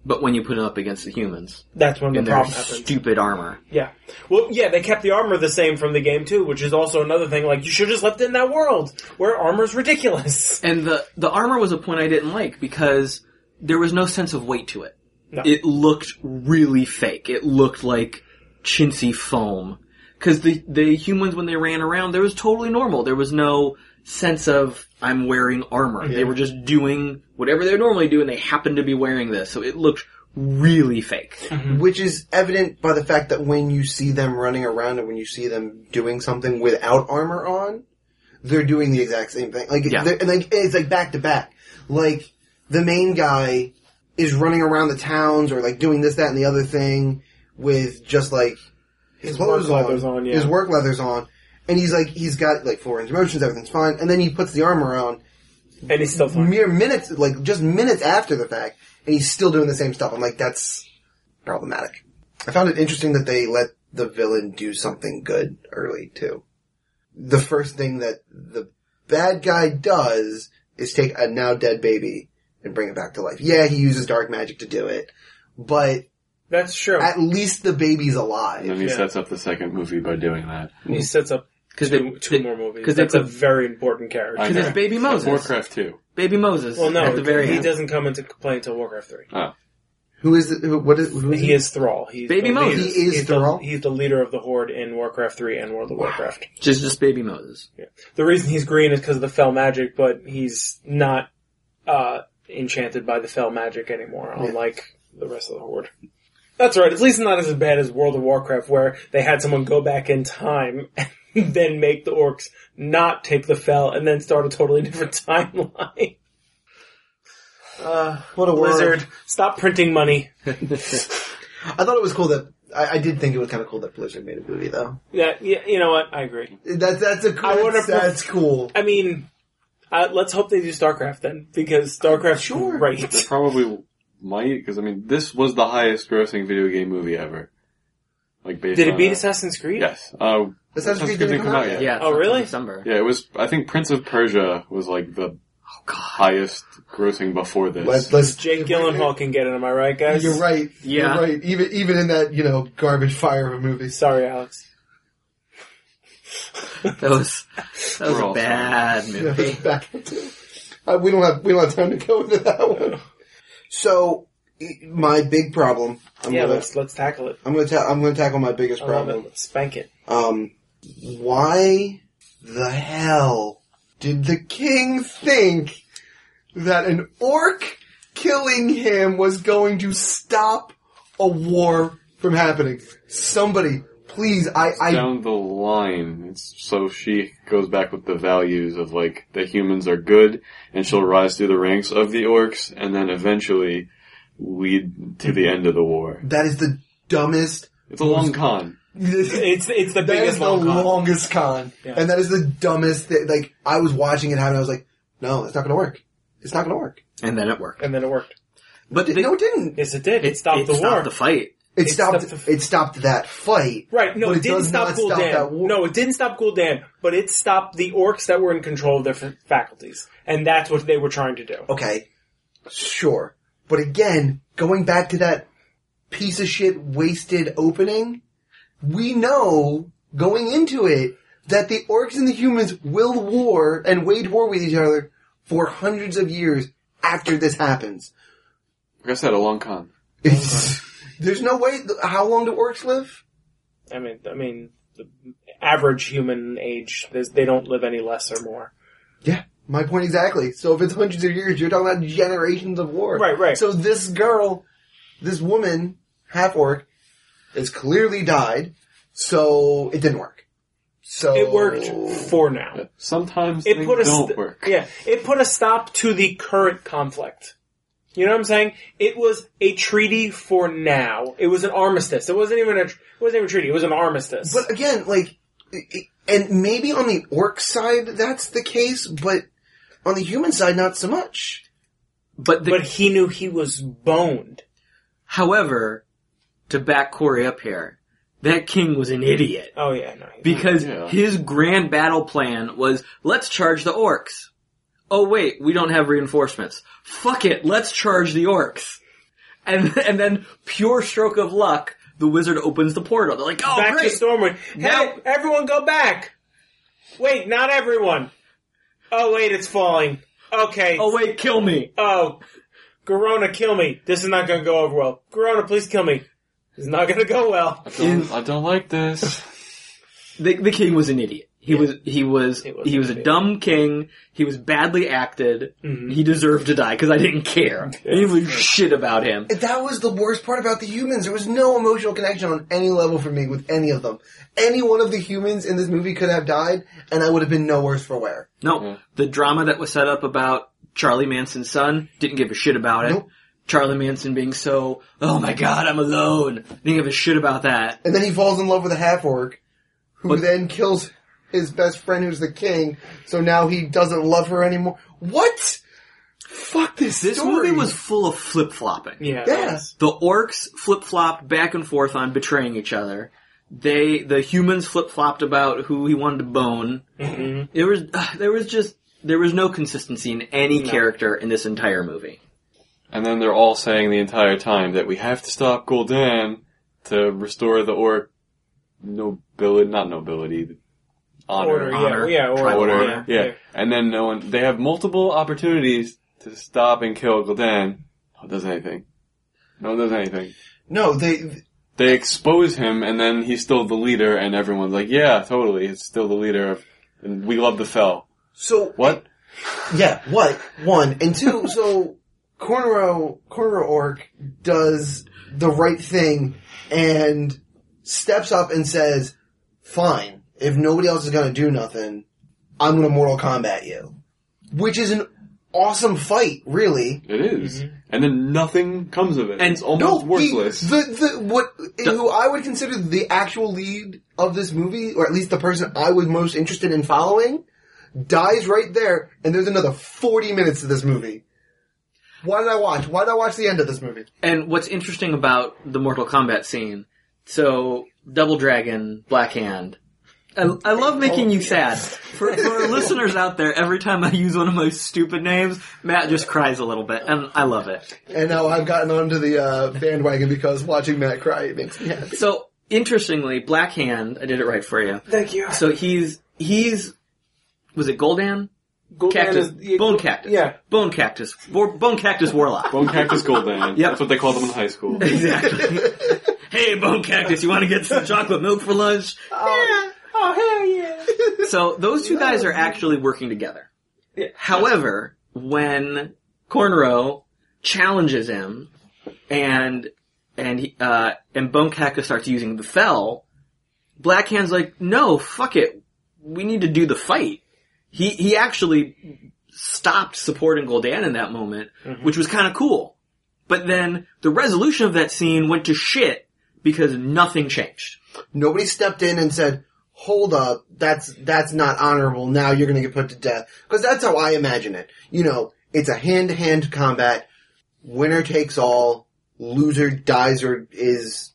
But when you put it up against the humans That's when the in their problem happened. stupid armor, yeah. Well, yeah, they kept the armor the same from the game too, which is also another thing. Like you should have just left it in that world where armor's ridiculous. and the the armor was a point I didn't like because there was no sense of weight to it. No. It looked really fake. It looked like chintzy foam. Because the the humans when they ran around, there was totally normal. There was no sense of I'm wearing armor. They were just doing whatever they normally do, and they happened to be wearing this, so it looked really fake. Mm-hmm. Which is evident by the fact that when you see them running around and when you see them doing something without armor on, they're doing the exact same thing. Like, Yeah. they're- and like it's like back to back. Like the main guy is running around the towns or like doing this, that, and the other thing with just like his, His clothes work on, leathers on, yeah. his work leathers on, and he's like he's got like four inch motions, everything's fine, and then he puts the armor on And it's still fine. mere minutes, like just minutes after the fact, and he's still doing the same stuff. I'm like, that's problematic. I found it interesting that they let the villain do something good early too. The first thing that the bad guy does is take a now dead baby and bring it back to life. Yeah, he uses dark magic to do it, but That's true. at least the baby's And then alive. he Yeah. sets up the second movie by doing that. he sets up Because two, two more movies. 'cause Because they that's a could- very important character. I Because know. it's Baby Moses. Warcraft 2. Baby Moses. Well, no, at the very he end. doesn't come into play until Warcraft Three. Oh. Who is it? Who, what is? Who is He is Thrall. He's Baby the Moses. leader- He is he's Thrall? The, he's the leader of the Horde in Warcraft 3 and World of Warcraft. Just, just Baby Moses. The reason he's green is because of the fell magic, but he's not uh, enchanted by the fell magic anymore, unlike the rest of the Horde. That's right. At least not as bad as World of Warcraft, where they had someone go back in time and then make the orcs not take the fell and then start a totally different timeline. Uh, What a world. Blizzard, stop printing money. I thought it was cool that I, I did think it was kind of cool that Blizzard made a movie though. Yeah, yeah, you know what? I agree. That's that's a I would've that's, that's cool. I mean, uh, let's hope they do StarCraft then, because StarCraft's Sure. It great. probably might, because I mean, this was the highest grossing video game movie ever. Like, based Did on it beat that. Assassin's Creed? Yes. Uh, Assassin's Creed didn't come out yet. Yeah. Oh, it's really? in December. yeah, it was, I think Prince of Persia was like the Oh, highest grossing before this. Let's, let's Jake Gyllenhaal can get it, am I right, guys? You're right. Yeah. You're right. Even even in that you know garbage fire of a movie. Sorry, Alex. That was that was We're a all bad Yeah, movie. back into- uh, we don't have we don't have time to go into that one. So e- my big problem. I'm Yeah, gonna let's let's tackle it. I'm gonna ta- I'm gonna tackle my biggest I love it. problem. Let's spank it. Um, why the hell did the king think that an orc killing him was going to stop a war from happening. Somebody, please, I, I down the line. It's, so she goes back with the values of like the humans are good, and she'll rise through the ranks of the orcs, and then eventually lead to the end of the war. that is the dumbest. It's a long con. It's it's the That biggest is the long con. longest con, Yeah. and that is the dumbest. Thing. Like I was watching it happen, I was like, "No, it's not going to work. It's not going to work." and then it worked. and then it worked. But It- they- no, it didn't. It, Yes, it did. It, stopped the war. the fight. it stopped. stopped the- it stopped that fight. Right, no, but it, it didn't does stop not Gul'dan. stop that war. no, it didn't stop Gul'dan, but it stopped the orcs that were in control of their f- faculties. And that's what they were trying to do. Okay, sure, but again, going back to that piece of shit wasted opening, we know going into it that the orcs and the humans will war and wage war with each other for hundreds of years after this happens. Like I said, a long con. There's no way. How long do orcs live? I mean, I mean, the average human age, there's- they don't live any less or more. Yeah, my point exactly. So if it's hundreds of years, you're talking about generations of war. Right, right. So this girl, this woman, half orc, is clearly died. So it didn't work. So It worked for now. Sometimes It things put a don't st- work. yeah, it put a stop to the current conflict. You know what I'm saying? It was a treaty for now. It was an armistice. It wasn't even a tr- it wasn't even a treaty. It was an armistice. But again, like, i- i- and maybe on the orc side that's the case, but on the human side, not so much. But, the, but he knew he was boned. however, to back Corey up here, that king was an idiot Oh yeah, no. he- because Yeah. his grand battle plan was let's charge the orcs. Oh wait, we don't have reinforcements. Fuck it, let's charge the orcs. And and then pure stroke of luck, the wizard opens the portal. They're like, oh back great, to Stormwind. Now- Hey, everyone go back! Wait, not everyone. Oh wait, it's falling. Okay. oh wait, kill me. Oh, Garona, kill me. This is not gonna go over well. Garona, please kill me. This is not gonna go well. I, don't, I don't like this. The, the king was an idiot. He was he was He was he an was a idiot. Mm-hmm. dumb king. He was badly acted. He deserved to die because I didn't care. I didn't give a shit about him. That was the worst part about the humans. There was no emotional connection on any level for me with any of them. Any one of the humans in this movie could have died, and I would have been no worse for wear. No, the drama that was set up about Charlie Manson's son didn't give a shit about it. Nope. Charlie Manson being so, oh my god, I'm alone. Didn't give a shit about that. And then he falls in love with a half orc, who But- then kills his best friend, who's the king. So now he doesn't love her anymore. What? Fuck this. This story. movie was full of flip flopping. Yeah. Yeah. The orcs flip flopped back and forth on betraying each other. They, the humans flip flopped about who he wanted to bone. Mhm. There was, ugh, there was just, there was no consistency in any character in this entire movie. And then they're all saying the entire time that we have to stop Gul'dan to restore the orc nobility, not nobility, honor. Order, honor, yeah, yeah, order, tribal Order, honor. yeah. yeah. And then no one, they have multiple opportunities to stop and kill Gul'dan. No one does anything. No one does anything. no. They They expose him and then he's still the leader and everyone's like, yeah, totally, he's still the leader of, and we love the fell. so What? Yeah, what? One. And two, so Cornrow Cornrow Orc does the right thing and steps up and says, Fine, if nobody else is gonna do nothing, I'm gonna Mortal Kombat you. Which is an awesome fight, really. It is. And then nothing comes of it. And it's almost No, he- worthless. the the what who I would consider the actual lead of this movie, or at least the person I was most interested in following, dies right there, and there's another forty minutes of this movie. Why did I watch? Why did I watch the end of this movie? And what's interesting about the Mortal Kombat scene, so Double Dragon, Black Hand. I, I love making Oh, you sad. For, for our listeners out there, every time I use one of my stupid names, Matt just cries a little bit, and I love it. And now I've gotten onto the uh, bandwagon because watching Matt cry it makes me happy. So, interestingly, Black Hand, I did it right for you. Thank you. So he's, he's, was it Goldan? Gul'dan Cactus. is- yeah, Bone Cactus. Yeah. Bone Cactus. War, bone Cactus Warlock. Bone Cactus Gul'dan. Yep. That's what they called him in high school. exactly. hey, Bone Cactus, you want to get some chocolate milk for lunch? Oh hell yeah! So those two guys are actually working together. However, when Cornrow challenges him, and and he, uh, and Bonekaku starts using the fell. Black Hand's like, no, fuck it, we need to do the fight. He he actually stopped supporting Goldan in that moment, which was kind of cool. But then the resolution of that scene went to shit because nothing changed. Nobody stepped in and said, "Hold up, that's that's not honorable. Now you're going to get put to death." Because that's how I imagine it. You know, it's a hand-to-hand combat. Winner takes all. Loser dies or is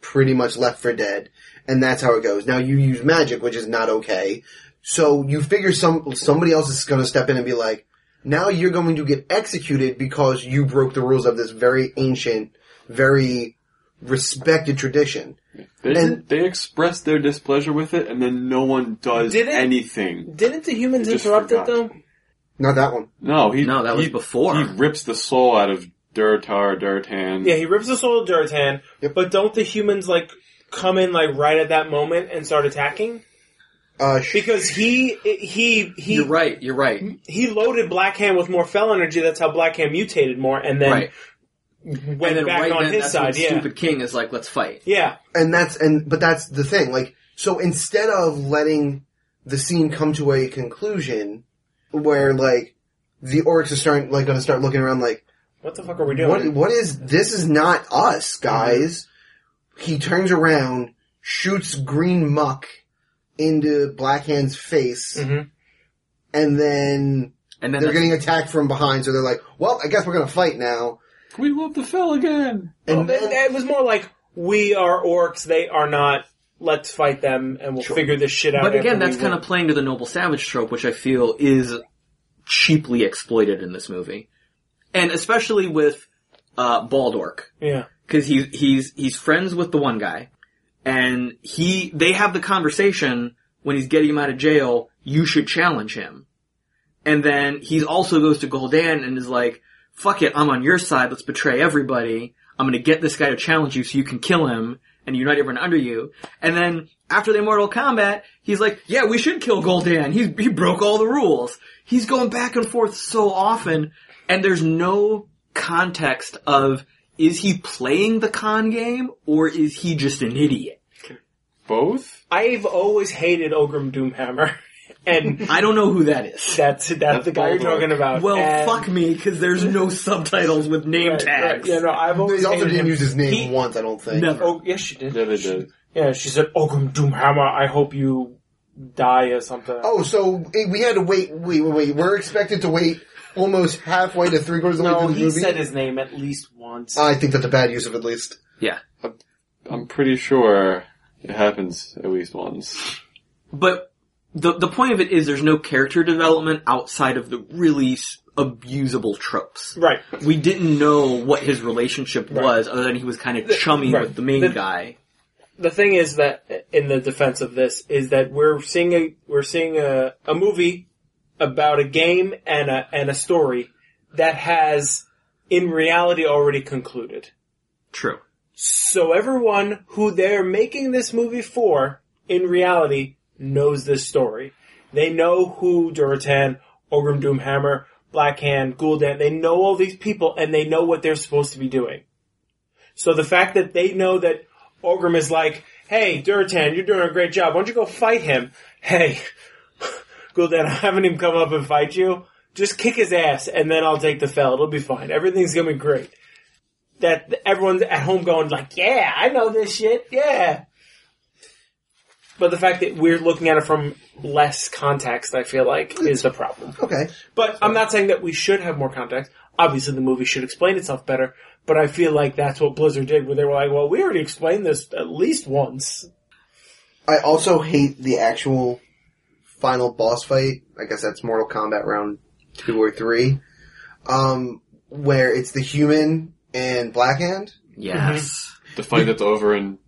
pretty much left for dead, and that's how it goes. Now you use magic, which is not okay. So you figure some somebody else is going to step in and be like, "Now you're going to get executed because you broke the rules of this very ancient, very respected tradition." They, And- they express their displeasure with it, and then no one does Did it? anything. Didn't the humans I just interrupt it forgot. though? Not that one. No, he No, that was he- before. He rips the soul out of Durtar, Durtan. Yeah, he rips the soul of Duratan, Yep. but don't the humans like come in like right at that moment and start attacking? Uh, sh- Because he he he You're right. You're right. he loaded Blackhand with more fell energy. That's how Blackhand mutated more, and then right. went and then back right on then, his that's side. when Yeah, Stupid King is like, let's fight. yeah, and that's and but that's the thing. Like so, instead of letting the scene come to a conclusion where like the orcs are starting like going to start looking around like What the fuck are we doing? what what is this is not us guys. He turns around, shoots green muck into Blackhand's face, Mhm. and then And then they're the getting attacked from behind. So they're like, "Well, I guess we're going to fight now." We love the fell again. And But then- it was more like we are orcs; they are not. Let's fight them, and we'll figure this shit out. But again, after that's we kind win. of playing to the noble savage trope, which I feel is cheaply exploited in this movie, and especially with uh, Bald Orc, yeah. because he's he's he's friends with the one guy, and he they have the conversation when he's getting him out of jail. You should challenge him, and then he also goes to Goldan and is like, "Fuck it, I'm on your side. Let's betray everybody. I'm gonna get this guy to challenge you so you can kill him and unite everyone under you." And then after the Mortal Kombat, he's like, "Yeah, we should kill Goldan. He's he broke all the rules." He's going back and forth so often, and there's no context of is he playing the con game or is he just an idiot? Both? I've always hated Ogrim Doomhammer, and I don't know who that is. that's that's the guy you're Baldur. talking about. Well, and, fuck me, because there's no subtitles with name Right, right. tags. Yeah, no, I've always They also hated didn't him. use his name He- once, I don't think. Never. Oh, yes, she did. Yeah, they did. Yeah, she said, Ogrim Doomhammer, I hope you die or something. Oh, so it- we had to wait. Wait, wait, wait. We're expected to wait almost halfway to three quarters of the way no, through the he movie. said his name at least once. I think that's a bad use of at least. yeah. I'm pretty sure it happens at least once. but the the point of it is there's no character development outside of the really s- abusable tropes. right. We didn't know what his relationship was, other than he was kind of chummy right. with the main The- guy. The thing is that, in the defense of this, is that we're seeing a, we're seeing a, a movie about a game and a, and a story that has, in reality, already concluded. True. So everyone who they're making this movie for, in reality, knows this story. They know who Duratan, Ogrim Doomhammer, Blackhand, Gul'dan, they know all these people and they know what they're supposed to be doing. So the fact that they know that Ogrim is like, hey, Duratan, you're doing a great job, why don't you go fight him? Hey, Gul'dan, I haven't even come up and fight you. Just kick his ass and then I'll take the fell. It'll be fine. Everything's gonna be great that everyone's at home going like, "Yeah, I know this shit, yeah." But the fact that we're looking at it from less context, I feel like, is the problem. Okay. But I'm not saying that we should have more context. Obviously, the movie should explain itself better. But I feel like that's what Blizzard did, where they were like, "Well, we already explained this at least once." I also hate the actual final boss fight. I guess that's Mortal Kombat round two or three, um, where it's the human and Blackhand. Yes. The fight that's over in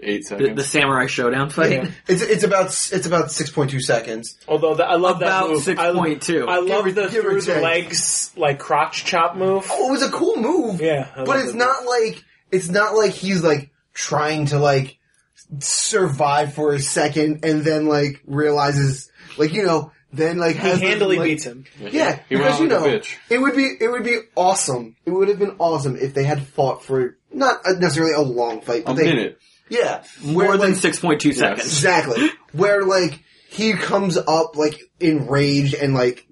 eight The, seconds. the samurai showdown fight. Mm-hmm. Yeah. It's it's about s- it's about six point two seconds. Although the, I love About that move. I- 6.2. I, love Give or- the give or through the take. legs like crotch chop move. Oh, it was a cool move. Yeah, I but love it's it. not like it's not like he's like trying to like survive for a second and then like realizes like you know Then like He has this, handily like- beats him. Yeah, he went because out you like know a bitch. it would be it would be awesome. It would have been awesome if they had fought for not necessarily a long fight, but A they minute. yeah More where, than like, 6.2 seconds. Exactly. Where like he comes up like enraged and like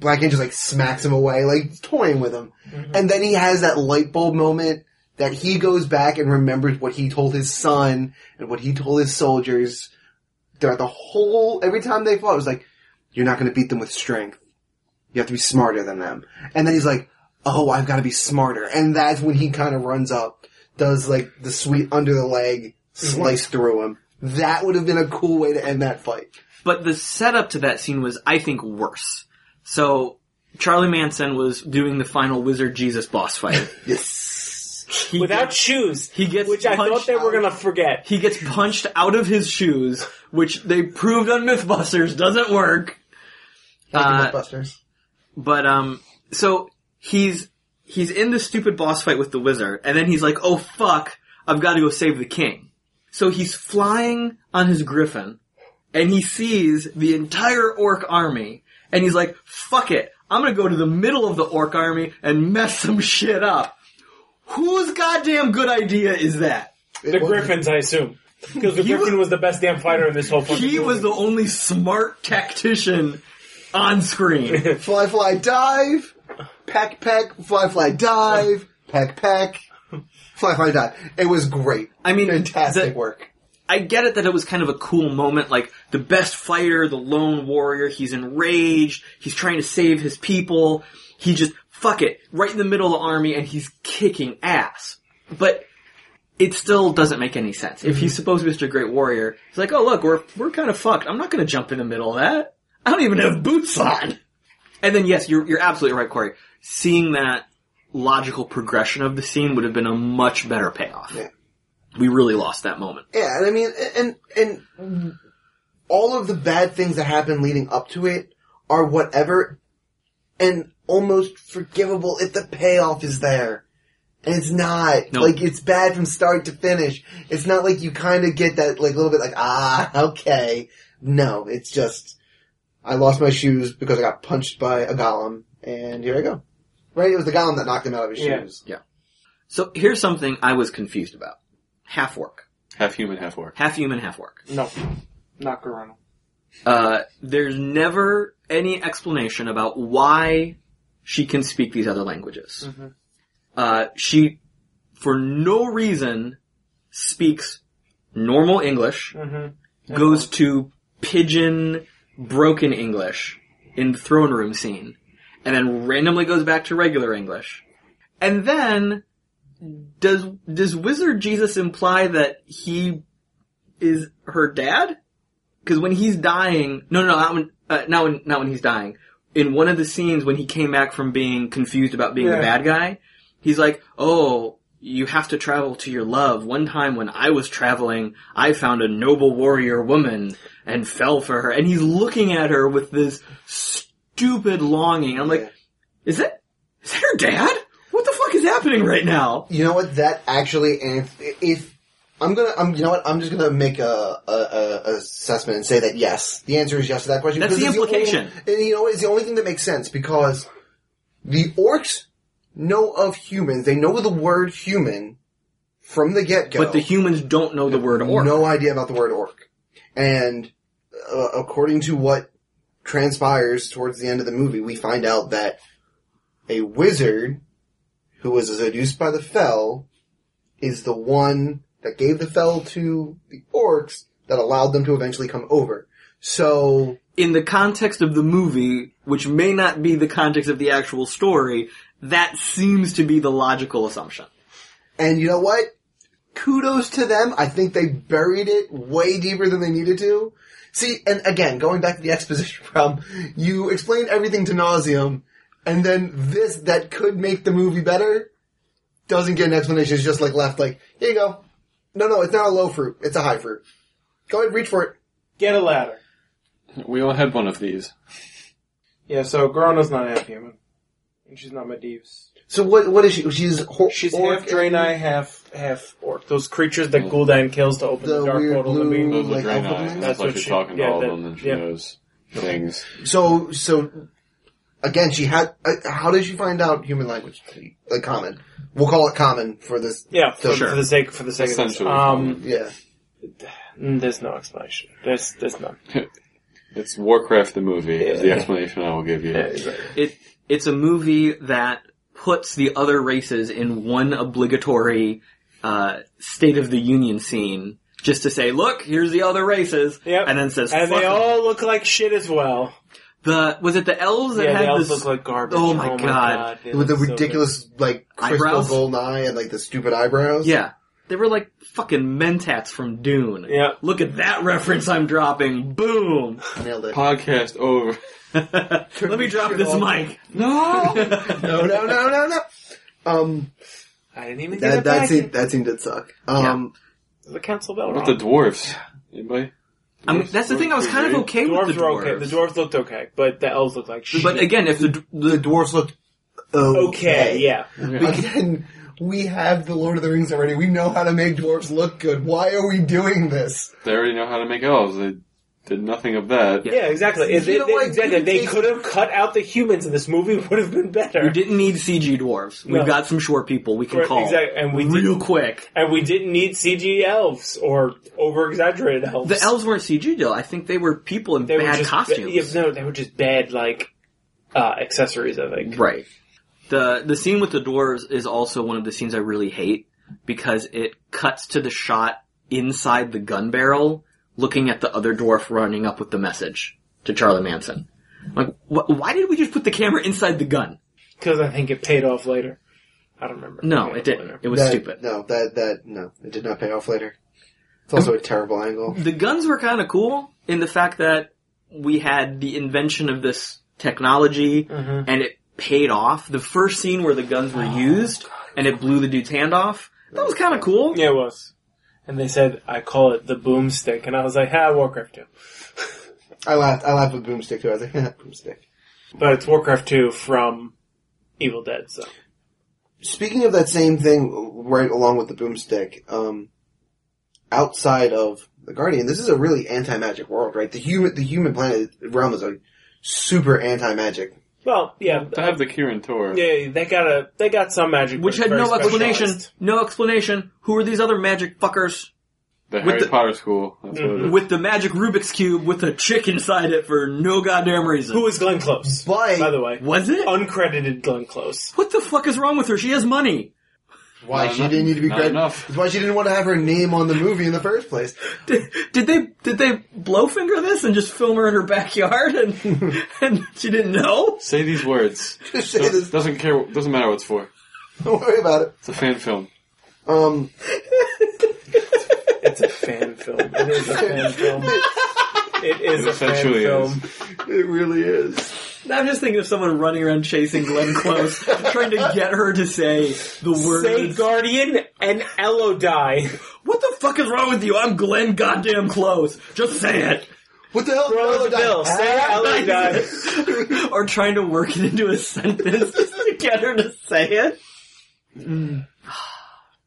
Black Angel like smacks him away, like toying with him. And then he has that light bulb moment that he goes back and remembers what he told his son and what he told his soldiers throughout the whole every time they fought it was like, You're not gonna beat them with strength. You have to be smarter than them. And then he's like, Oh, I've gotta be smarter and that's when he kinda runs up, does like the sweet under the leg slice through him. That would have been a cool way to end that fight. But the setup to that scene was, I think, worse. So, Charlie Manson was doing the final Wizard Jesus boss fight. Yes. He Without gets- shoes. he gets Which I thought punched they were out. gonna forget. he gets punched out of his shoes, which they proved on MythBusters doesn't work. Uh, Busters. But um, so he's he's in this stupid boss fight with the wizard, and then he's like, "Oh fuck, I've got to go save the king." So he's flying on his griffin, and he sees the entire orc army, and he's like, "Fuck it, I'm gonna go to the middle of the orc army and mess some shit up." Whose goddamn good idea is that? The Griffins, I assume. Because the He Griffin was- was, the best damn fighter in this whole fucking He movie. was the only smart tactician on screen. Fly, fly, dive. Peck, peck. Fly, fly, dive. Peck, peck. Fly, fly, dive. It was great. I mean, Fantastic the- work. I get it that it was kind of a cool moment, like the best fighter, the lone warrior, he's enraged, he's trying to save his people, he just, fuck it, right in the middle of the army and he's kicking ass. But it still doesn't make any sense. If he's supposed to be such a great warrior, he's like, oh look, we're, we're kind of fucked, I'm not gonna jump in the middle of that. I don't even have boots on. And then yes, you're, you're absolutely right, Corey. Seeing that logical progression of the scene would have been a much better payoff. Yeah. We really lost that moment. Yeah, and I mean, and and all of the bad things that happen leading up to it are whatever, and almost forgivable if the payoff is there. And it's not No. like it's bad from start to finish. It's not like you kind of get that like little bit like ah okay. No, it's just I lost my shoes because I got punched by a golem, and here I go. Right, it was the golem that knocked him out of his Yeah. shoes. So here's something I was confused about. Half work. Half human, half orc. Half human, half work. No. Not Corona. Uh, there's never any explanation about why she can speak these other languages. Mhm. Uh, she, for no reason, speaks normal English, Mm-hmm. goes to pidgin broken English in the throne room scene, and then randomly goes back to regular English. And then does does Wizard Jesus imply that he is her dad? Because when he's dying, no, no, no, not when, uh, not when, not when he's dying. In one of the scenes when he came back from being confused about being the Yeah. bad guy, he's like, "Oh, you have to travel to your love." One time when I was traveling, I found a noble warrior woman and fell for her, and he's looking at her with this stupid longing. I'm like, Yeah. "Is that is that her dad? What the fuck is happening right now?" You know what? That actually, and if, if I'm gonna, I'm, you know what? I'm just gonna make a, a, a a assessment and say that yes, the answer is yes to that question. That's because it's the only- implication. and you know, what? it's the only thing that makes sense because the orcs know of humans. They know the word human from the get go But the humans don't know the word orc. no idea about the word orc. And uh, according to what transpires towards the end of the movie, we find out that a wizard who was seduced by the fell is the one that gave the fell to the orcs that allowed them to eventually come over. So, In the context of the movie, which may not be the context of the actual story, that seems to be the logical assumption. and you know what? Kudos to them. I think they buried it way deeper than they needed to. See, and again, going back to the exposition problem, you explained everything to nauseum, and then this that could make the movie better doesn't get an explanation. It's just like left, like here you go. No, no, it's not a low fruit. It's a high fruit. Go ahead, reach for it. Get a ladder. We all had one of these. Yeah, so Corona's not half human. And she's not Medivh's. So what? What is she? She's hor- She's orc half Draenei, half half orc. Those creatures that Gul'dan kills to open the, The dark weird portal to blue- Those Like are drain alphabet? eyes. That's That's why what she's she- talking to yeah, all that- of them, and she yeah. knows. things. So, so again, she had. Uh, how did she find out human language? Like common. We'll call it common for this. Yeah, for, Sure. for the sake for the sake of this. Essentially, Um, Yeah. mm, there's no explanation. There's there's none. it's Warcraft the movie is the explanation I will give you. It it's a movie that puts the other races in one obligatory uh, State of the Union scene just to say, look, here's the other races, Yep. and then says, And "Fuck they 'em." all look like shit as well. the was it the elves that Yeah, had they all this? look like garbage. Oh my God. they With the look so ridiculous, like, crystal Eyebrows? golden eye and, like, the stupid eyebrows. yeah, they were like fucking mentats from Dune. Yeah. look at that reference I'm dropping. Boom. Nailed it. Podcast over. Let me drop this mic. No. No, no, no, no, no. Um, good. I didn't even get that, it that back. scene, that scene did suck. Um, the council bell. What rung. the dwarves? Anybody? I mean, that's the thing. I was kind of okay dwarves with the were dwarves. okay. The dwarves looked okay, but the elves looked like shit. But again, if the d- the dwarves looked okay, okay. yeah. Again, we have the Lord of the Rings already. We know how to make dwarves look good. Why are we doing this? They already know how to make elves. They did nothing of that. Yeah. Yeah, exactly. If they, know they- what? exactly. You They take- could have cut out the humans, and this movie would have been better. we didn't need CG dwarves, we've No. got some short people we can Right, call exactly, and we real didn't- quick. and we didn't need CG elves or over exaggerated elves. The elves weren't CG though. I think they were people in they were bad just costumes. yeah, no, they were just bad like uh, accessories. I think. Right. The the scene with the dwarves is also one of the scenes I really hate because it cuts to the shot inside the gun barrel looking at the other dwarf running up with the message to Charlie Manson. Like, wh- why did we just put the camera inside the gun? Because I think it paid off later. I don't remember. No, it paid off didn't. later. It was That- stupid. No, that, that, no. It did not pay off later. It's also a terrible angle. the guns were kind of cool in the fact that we had the invention of this technology Mm-hmm. and it paid off. The first scene where the guns were Oh, used and it blew the dude's hand off, that was kind of cool. Yeah, it was. And they said I call it the boomstick, and I was like, "Ha, Warcraft 2. I laughed, I laughed with Boomstick too. I was like, Boomstick. But it's Warcraft 2 from Evil Dead, so Speaking of that same thing, right along with the Boomstick, um, outside of the Guardian, this is a really anti-magic world, right? The human, the human planet realm is a super anti-magic. well, yeah, To have the Kirin Tor. yeah, they got a they got some magic, Which but had it's no very explanation. specialized. No explanation. Who are these other magic fuckers The Harry the- Potter school. That's what it is. with the magic Rubik's cube with a chick inside it for no goddamn reason? Who Oh, was Glenn Close? But- by the way, was it? uncredited Glenn Close. what the fuck is wrong with her? She has money. Why Not she enough. didn't need to be Not credited. enough. That's why she didn't want to have her name on the movie in the first place. Did, did they did they blowfinger this and just film her in her backyard and and she didn't know? Say these words. Just say Doesn't, this. doesn't care. Doesn't matter what it's for. Don't worry about it. It's a fan film. Um, It's a fan film. It is a fan film. It is It a fan essentially film. is. it really is. Now I'm just thinking of someone running around chasing Glenn Close, trying to get her to say the Say words. Guardian and Elodie. what the fuck is wrong with you? I'm Glenn goddamn Close. Just say it. What the hell? Throw the Another bill. di- Say Elodie. or trying to work it into a sentence just to get her to say it.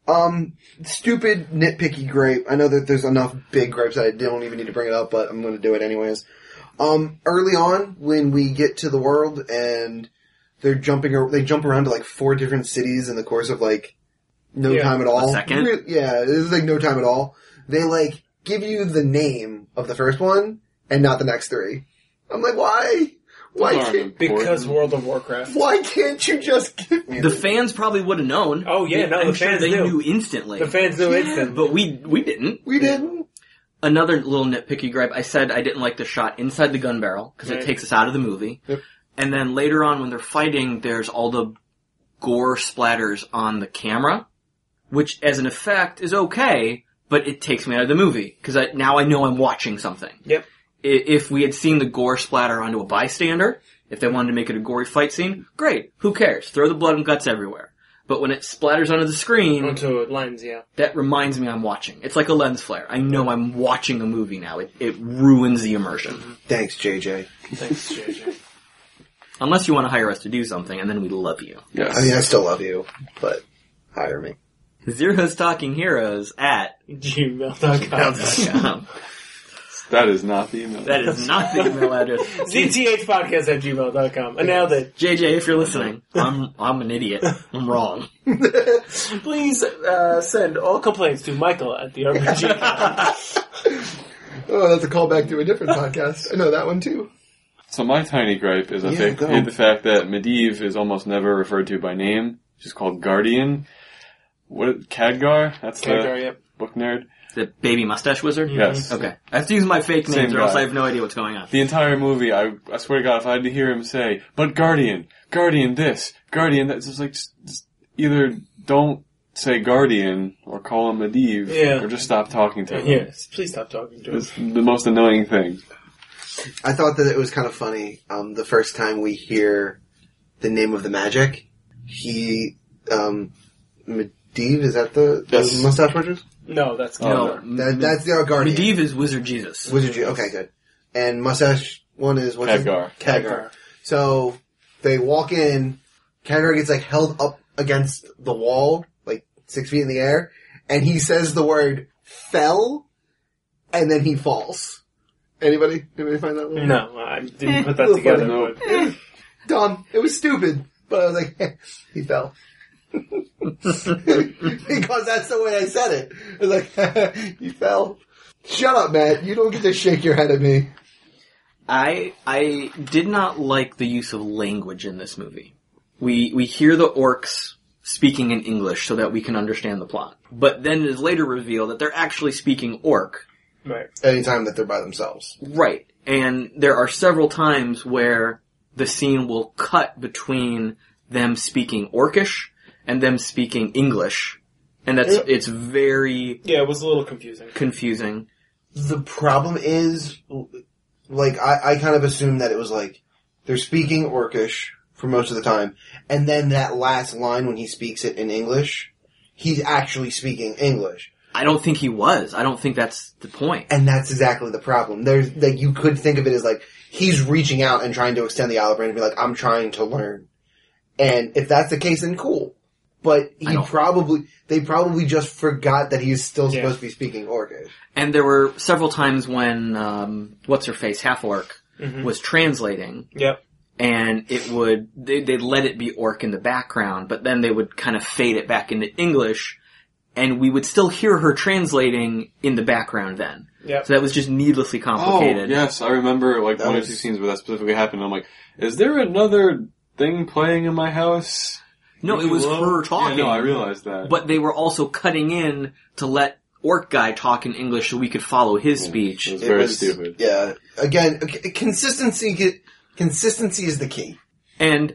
Um, stupid nitpicky gripe. I know that there's enough big gripes that I don't even need to bring it up, but I'm going to do it anyways. Um, early on when we get to the world and they're jumping, ar- they jump around to like four different cities in the course of like no Yeah. time at all. A second? Re- Yeah, this is like no time at all. They like give you the name of the first one and not the next three. I'm like, why? Why Those aren't can't, important. Because World of Warcraft. why can't you just give me The this? fans probably would have known. Oh, yeah, no, I'm the sure fans they knew. knew instantly. The fans knew it then. but we we didn't. we didn't. another little nitpicky gripe. I said I didn't like the shot inside the gun barrel because Right. it takes us out of the movie. Yep. And then later on, when they're fighting, there's all the gore splatters on the camera, which as an effect is okay, but it takes me out of the movie because I, now I know I'm watching something. Yep. I- If we had seen the gore splatter onto a bystander, if they wanted to make it a gory fight scene, great. Who cares? Throw the blood and guts everywhere. But when it splatters onto the screen, Onto a lens, yeah. that reminds me I'm watching. It's like a lens flare. I know I'm watching a movie now. It, it ruins the immersion. Thanks, JJ. Thanks, JJ. Unless you want to hire us to do something, and then we love you. Yes. I mean, I still love you, but hire me. Zero's Talking Heroes at Gmail.com. gmail.com. That is not the email. That is not the email address. ZTHpodcast at gmail.com. And now that JJ, if you're listening, I'm I'm an idiot. I'm wrong. Oh, please uh, send all complaints to Michael at the RPG. Oh, that's a callback to a different podcast. I know that one too. So my tiny gripe is I Yeah, think go. hate the fact that Medivh is almost never referred to by name. She's called Guardian. What Cadgar? That's the yep. book nerd. The baby mustache wizard. Yes. Okay, I have to use my fake names, Same or else guy. I have no idea what's going on. The entire movie, I I swear to God, if I had to hear him say, "But Guardian, Guardian, this, Guardian," that's just like just, just either don't say Guardian or call him Medivh, Yeah. or just stop talking to him. Yes, please stop talking to us. It's the most annoying thing. I thought that it was kind of funny. Um, the first time we hear the name of the magic, he, um, Medivh, is that the, the Yes. mustache wizard? No, that's Oh, No, no. That, that's the guardian. Mm-hmm. Medivh is Wizard Jesus. Wizard, G- okay, good. And mustache one is what's his- Khadgar. Khadgar. So they walk in. Khadgar gets like held up against the wall, like six feet in the air, and he says the word "fell," and then he falls. Anybody? Anybody find that one? No, I didn't put that Little together. funny. but- Dumb. It was stupid, but I was like, eh, he fell. because that's the way I said it. I was like, he fell. Shut up, Matt. You don't get to shake your head at me. I I did not like the use of language in this movie. We we hear the orcs speaking in English so that we can understand the plot, but then it is later revealed that they're actually speaking orc. Right. Anytime that they're by themselves. Right. And there are several times where the scene will cut between them speaking Orcish and them speaking English. And that's, it's very Yeah, it was a little confusing. confusing. the problem is, like, I, I kind of assumed that it was like, they're speaking Orcish for most of the time, and then that last line when he speaks it in English, he's actually speaking English. I don't think he was. I don't think that's the point. And that's exactly the problem. There's, like, you could think of it as like, he's reaching out and trying to extend the olive branch and be like, I'm trying to learn. And if that's the case, then cool. But I he don't- probably, they probably just forgot that he's still Yeah. supposed to be speaking Orcish. And there were several times when, um, what's her face, half orc, Mm-hmm. Mhm. was translating Yep. and it would they, they'd let it be orc in the background but then they would kind of fade it back into english and we would still hear her translating in the background then Yep. so that was just needlessly Oh complicated yes, I remember like That one or was- two scenes where that specifically happened. I'm like, is there another thing playing in my house? no it was Hello? her talking Yeah, no, I realized that. but they were also cutting in to let orc guy talk in english so we could follow his it speech was It very was- stupid. Yeah. Again, c- consistency. Consistency is the key. And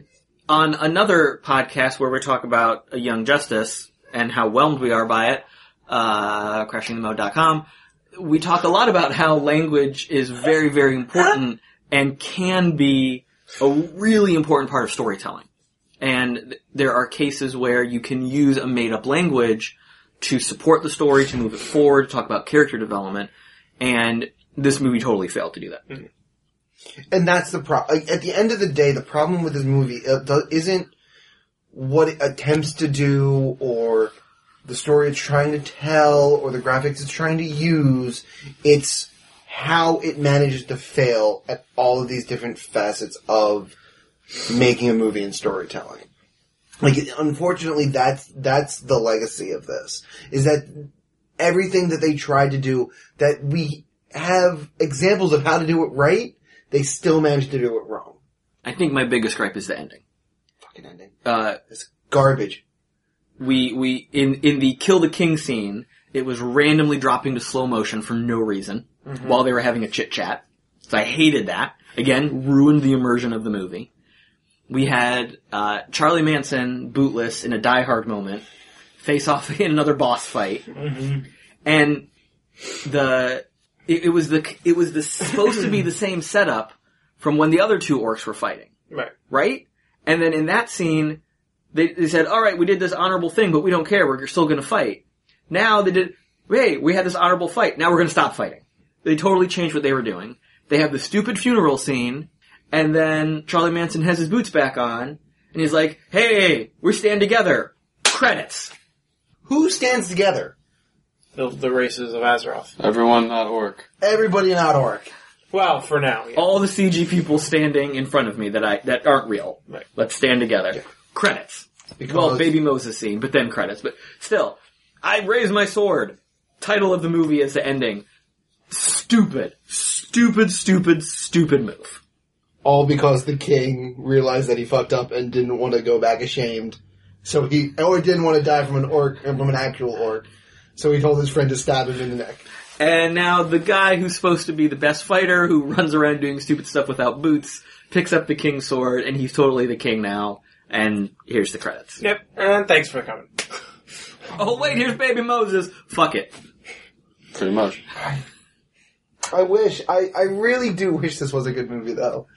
on another podcast where we talk about a Young Justice and how whelmed we are by it, uh, crashingthemode.com, we talk a lot about how language is very, very important and can be a really important part of storytelling. And th- there are cases where you can use a made up language to support the story, to move it forward, to talk about character development, and this movie totally failed to do that. And that's the problem. At the end of the day, the problem with this movie uh, do- isn't what it attempts to do or the story it's trying to tell or the graphics it's trying to use. It's how it manages to fail at all of these different facets of making a movie and storytelling. Like, unfortunately, that's, that's the legacy of this. Is that everything that they tried to do that we have examples of how to do it right, they still managed to do it wrong. I think my biggest gripe is the ending. Fucking ending. Uh, It's garbage. we we in in the kill the king scene it was randomly dropping to slow motion for no reason while they were having a chit chat so i hated that again ruined the immersion of the movie we had uh, charlie manson bootless in a die hard moment face off in another boss fight and the it, it was the it was the supposed to be the same setup from when the other two orcs were fighting Right. right? And then in that scene, they, they said, all right, we did this honorable thing, but we don't care. We're still going to fight. Now they did, hey, we had this honorable fight. Now we're going to stop fighting. They totally changed what they were doing. They have the stupid funeral scene, and then Charlie Manson has his boots back on, and he's like, hey, we stand together. Credits. Who stands together? the, the races of Azeroth. Everyone not orc. Everybody not orc. Well, for now, yeah. All the CG people standing in front of me that I that aren't real. Right. Let's stand together. Credits. well, Because- Baby Moses scene, but then credits. But still, I raise my sword. Title of the movie is the ending. Stupid, stupid, stupid, stupid move. All because the king realized that he fucked up and didn't want to go back ashamed. So he, or didn't want to die from an orc, from an actual orc. So he told his friend to stab him in the neck. And now the guy who's supposed to be the best fighter, who runs around doing stupid stuff without boots, picks up the king's sword, and he's totally the king now. And here's the credits. Yep, and thanks for coming. Oh wait, here's Baby Moses. Fuck it. Pretty much. I wish. I, I really do wish this was a good movie though.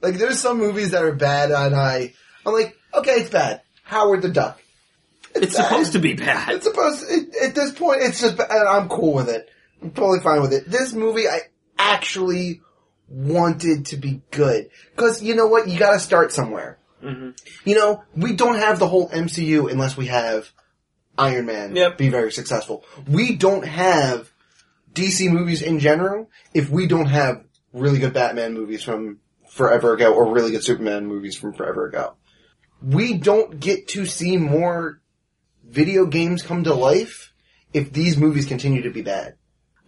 Like there's some movies that are bad and I I'm like, okay, it's bad. Howard the Duck. It's bad. supposed to be bad. It's supposed it, at this point it's just ba- and I'm cool with it. I'm totally fine with it. This movie I actually wanted to be good cuz you know what? You got to start somewhere. You know, we don't have the whole MCU unless we have Iron Man Yep. be very successful. We don't have DC movies in general if we don't have really good Batman movies from forever ago or really good Superman movies from forever ago. We don't get to see more video games come to life if these movies continue to be bad.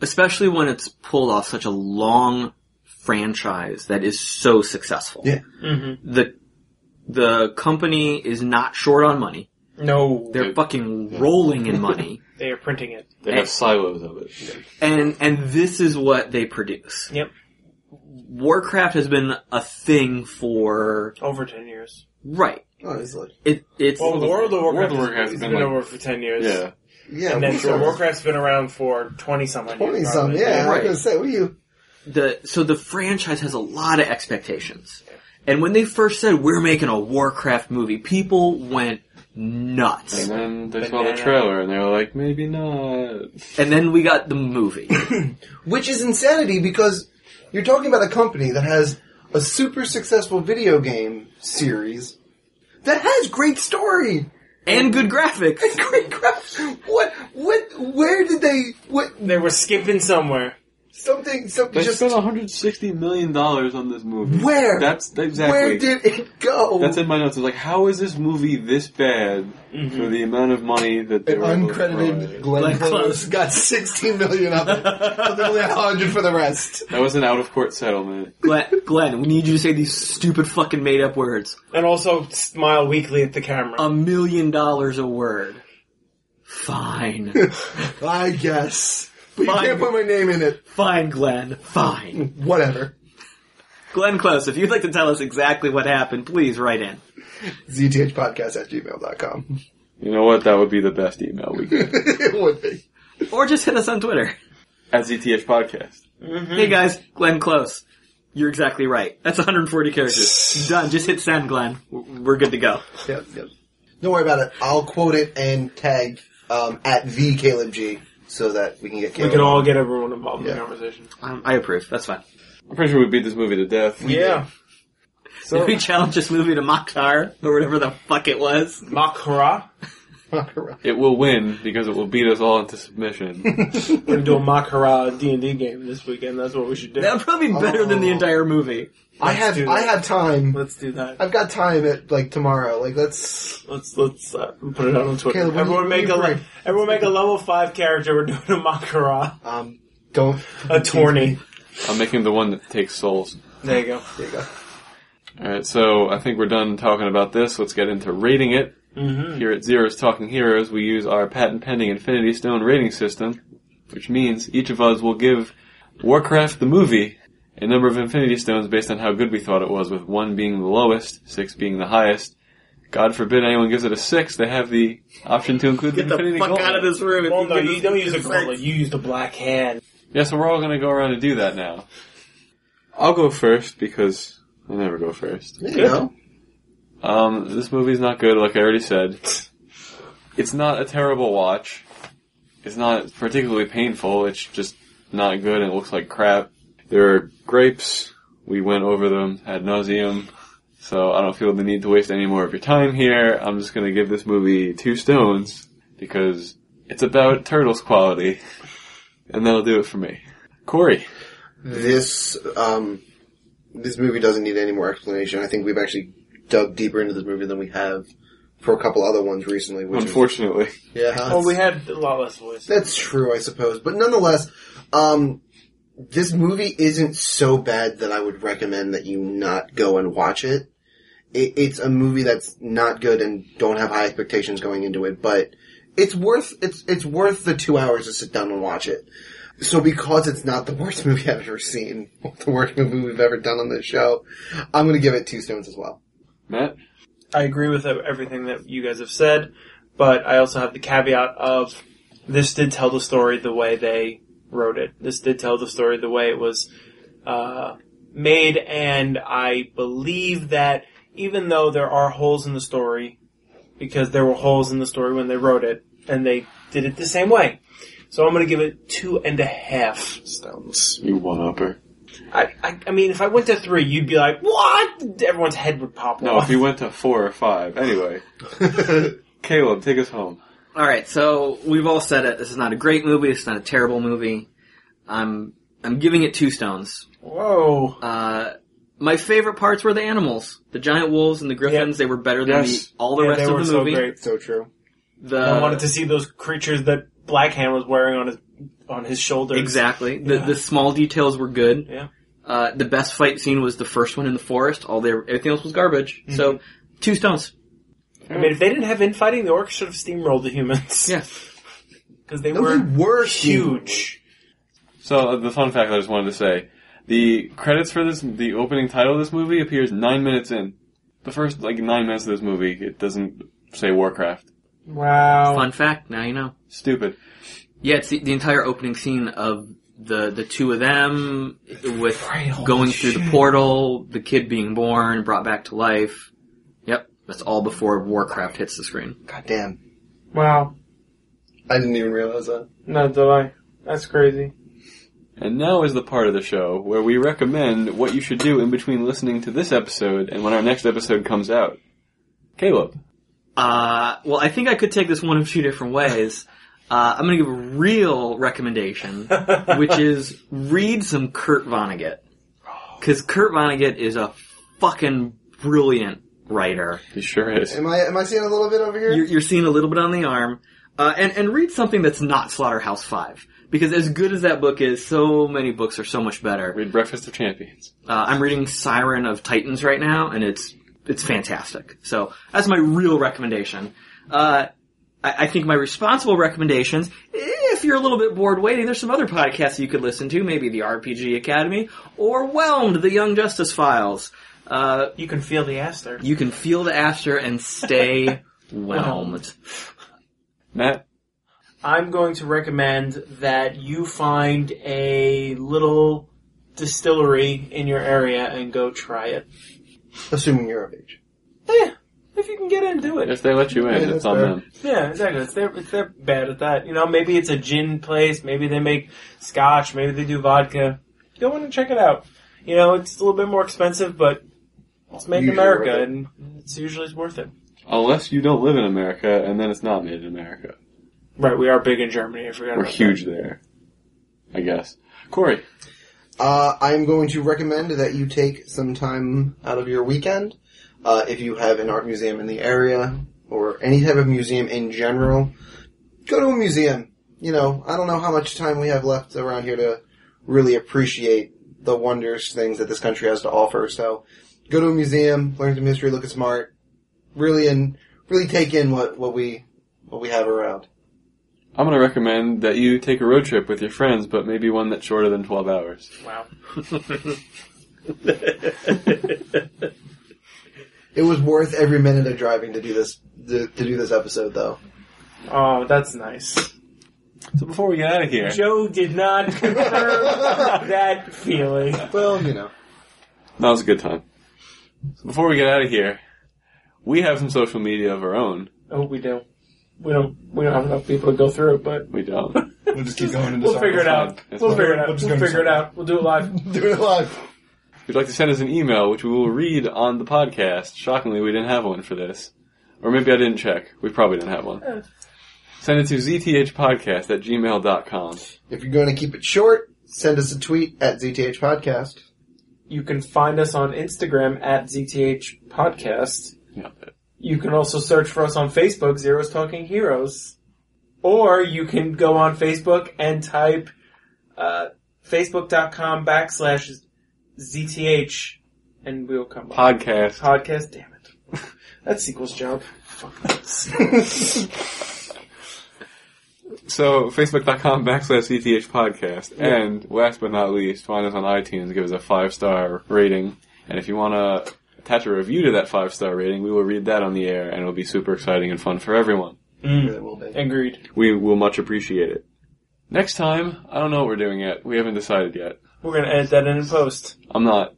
Especially when it's pulled off such a long franchise that is so successful. Yeah. The the company is not short on money. No, They're fucking rolling in money. they are printing it. They have silos of it. and and this is what they produce. Yep, Warcraft has been a thing for over ten years. right. Honestly. It it's Well, the- World of Warcraft World of Warcraft has has been, been like- over for ten years. Yeah. Yeah. And then we sure, are- Warcraft's been around for twenty some odd years, 20 some, probably. yeah. I was Right. gonna say, what you? the so the franchise has a lot of expectations. And when they first said we're making a Warcraft movie, people went nuts. And then they saw Banana. the trailer and they were like, maybe not. And then we got the movie. Which is insanity because you're talking about a company that has a super successful video game series that has great story. and good graphics. Great graphics. What? What? Where did they? What? They were skipping somewhere. Something. Something. They Just spent 160 million dollars on this movie. where? That's that's exactly. Where did it go? that's in my notes. I was like, how is this movie this bad Mm-hmm. for the amount of money that they An were able to throw at uncredited it? Glenn, Glenn Close, Close. got 16 million of it. So there's only 100 for the rest. That was an out of court settlement. Glenn, Glenn, we need you to say these stupid fucking made up words. And also smile weakly at the camera. A million dollars a word. Fine. I guess. But you Fine. can't put my name in it. Fine, Glenn. Fine. Whatever. Glenn Close, if you'd like to tell us exactly what happened, please write in. ZTHpodcast at gmail.com. You know what? That would be the best email we get. it would be. Or just hit us on Twitter. At ZTH Podcast. Hey guys, Glenn Close. You're exactly right. That's 140 characters. Done. Just hit send, Glenn. We're we're good to go. Yep, yep. Don't worry about it. I'll quote it and tag um, at the Caleb G so that we can get we Caleb. can all get everyone involved in Yeah. the conversation. Um, I approve. That's fine. I'm pretty sure we beat this movie to death. Yeah, Did we challenge this movie to Mokhtar or whatever the fuck it was? Makara. on. It will win because it will beat us all into submission. We're gonna do a Makara D and D game this weekend. That's what we should do. That would probably be better than the Oh. entire movie. I Let's have do I that. have time. Let's do that. I've got time at like tomorrow. Like let's Let's let's uh, put it out on Twitter. Caleb, what do everyone you- make you a le- bring? everyone make a level five character. We're doing a Makara um don't attorney. I'm making the one that takes souls. There you go. There you go. Alright, so I think we're done talking about this. Let's get into rating it. Mm-hmm. Here at Zero's Talking Heroes, we use our patent pending Infinity Stone rating system, which means each of us will give Warcraft the movie a number of Infinity Stones based on how good we thought it was, with one being the lowest, six being the highest. God forbid anyone gives it a six, they have the option to include Get the the Infinity fuck Gauntlet. out of this room. if Well, you no, give you us don't use a six. gauntlet. You use the black hand. Yeah, so we're all gonna go around and do that now. I'll go first because I never go first. There you go. Um, this movie's not good, like I already said. It's not a terrible watch. It's not particularly painful. It's just not good and it looks like crap. There are grapes. We went over them ad nauseum. So I don't feel the need to waste any more of your time here. I'm just gonna give this movie two stones because It's about turtles quality, and that'll do it for me. Corey, This um, this movie doesn't need any more explanation. I think we've actually dug deeper into this movie than we have for a couple other ones recently. Which is- unfortunately, yeah, Well, we had a lot less voice. That's true, I suppose. But nonetheless, um, this movie isn't so bad that I would recommend that you not go and watch it. it. It's a movie that's not good and don't have high expectations going into it, but it's worth it's it's worth the two hours to sit down and watch it. So because it's not the worst movie I've ever seen, or the worst movie we've ever done on this show, I'm going to give it two stones as well. Matt, I agree with everything that you guys have said, but I also have the caveat of this did tell the story the way they wrote it. This did tell the story the way it was uh, made, and I believe that even though there are holes in the story, because there were holes in the story when they wrote it, and they did it the same way. So I'm going to give it two and a half stones. you one upper. I, I, I mean, if I went to three, you'd be like, "What?" Everyone's head would pop No, off. if you went to four or five, anyway. Caleb, take us home. All right, so we've all said it. This is not a great movie. It's not a terrible movie. I'm I'm giving it two stones. Whoa. Uh, my favorite parts were the animals, the giant wolves and the griffins. They were better than Yes. the, all the Yeah, rest they of were the so movie. great. so true. The I wanted to see those creatures that Black Hand was wearing on his on his shoulders. exactly. The Yeah. the small details were good. Yeah. Uh, the best fight scene was the first one in the forest. All their everything else was garbage. So Mm-hmm. two stones. I mean, if they didn't have infighting, the orcs should have steamrolled the humans. Yeah. Because they No, were they were huge. So uh, the fun fact I just wanted to say: the credits for this, the opening title of this movie appears nine minutes in. The first like nine minutes of this movie, it doesn't say Warcraft. Wow. Fun fact. Now you know. Stupid. Yeah, it's the, the entire opening scene of the the two of them with going through the portal, the kid being born, brought back to life. Yep, that's all before Warcraft hits the screen. God damn. Wow. I didn't even realize that. Not did I. That's crazy. And now is the part of the show where we recommend what you should do in between listening to this episode and when our next episode comes out. Caleb, Uh, well, I think I could take this one of two different ways. Uh, I'm gonna give a real recommendation, which is read some Kurt Vonnegut. Cause Kurt Vonnegut is a fucking brilliant writer. he sure is. Am I am I seeing a little bit over here? You're, you're seeing a little bit on the arm, uh, and and read something that's not Slaughterhouse Five because as good as that book is, so many books are so much better. Read Breakfast of Champions. Uh, I'm reading Siren of Titans right now, and it's it's fantastic. So that's my real recommendation. Uh, I, I think my responsible recommendations, if you're a little bit bored waiting, there's some other podcasts you could listen to, maybe the RPG Academy or Whelmed: The Young Justice Files. Uh, You can feel the aster. you can feel the aster and stay whelmed. Matt, I'm going to recommend that you find a little distillery in your area and go try it. Assuming you're of age. Yeah. If you can get in, do it. if they let you in, Yeah, it's that's on fair. them. Yeah, exactly. It's they're, it's they're bad at that. You know, maybe it's a gin place. Maybe they make scotch. Maybe they do vodka. Go in and check it out. You know, it's a little bit more expensive, but it's made in Usually worth America, it. and it's usually is worth it. Unless you don't live in America, and then it's not made in America. Right, we are big in Germany. I forgot We're about huge there. I guess. Corey, Uh, I'm going to recommend that you take some time out of your weekend, uh, if you have an art museum in the area or any type of museum in general. Go to a museum. You know, I don't know how much time we have left around here to really appreciate the wonders, things that this country has to offer. So, go to a museum, learn some history, look at some art, really and really take in what what we what we have around. I'm going to recommend that you take a road trip with your friends, but maybe one that's shorter than 12 hours. that. Wow. It was worth every minute of driving to do this to, to do this episode, though. Oh, that's nice. So before we get out of here, Joe did not confirm that feeling. Well, you know. that was a good time. So before we get out of here, we have some social media of our own. I hope we do. We don't. We don't have enough people to go through it, but We don't. We'll just keep going. and we'll decide. figure it out. fine. It's We'll fine. figure it out. We'll just We'll go to figure something. it out. We'll do it live. Do it live. If you'd like to send us an email, which we will read on the Oh. podcast, shockingly we didn't have one for this. Or maybe I didn't check. We probably didn't have one. Send it to zthpodcast at gmail.com. If you're going to keep it short, send us a tweet at ZTH Podcast. You can find us on Instagram at ZTH Podcast. Yeah. You can also search for us on Facebook, Zero's Talking Heroes. Or you can go on Facebook and type uh, facebook.com backslash ZTH and we'll come up. Podcast. Podcast, damn it. That's sequel's job. So, facebook.com backslash ETH podcast. And last but not least, find us on iTunes, give us a five star rating. And if you want to attach a review to that five star rating, we will read that on the air and it'll be super exciting and fun for everyone. Hmm. Really will be. Agreed. We will much appreciate it. Next time, I don't know what we're doing yet. We haven't decided yet. We're gonna edit that in and post. I'm not.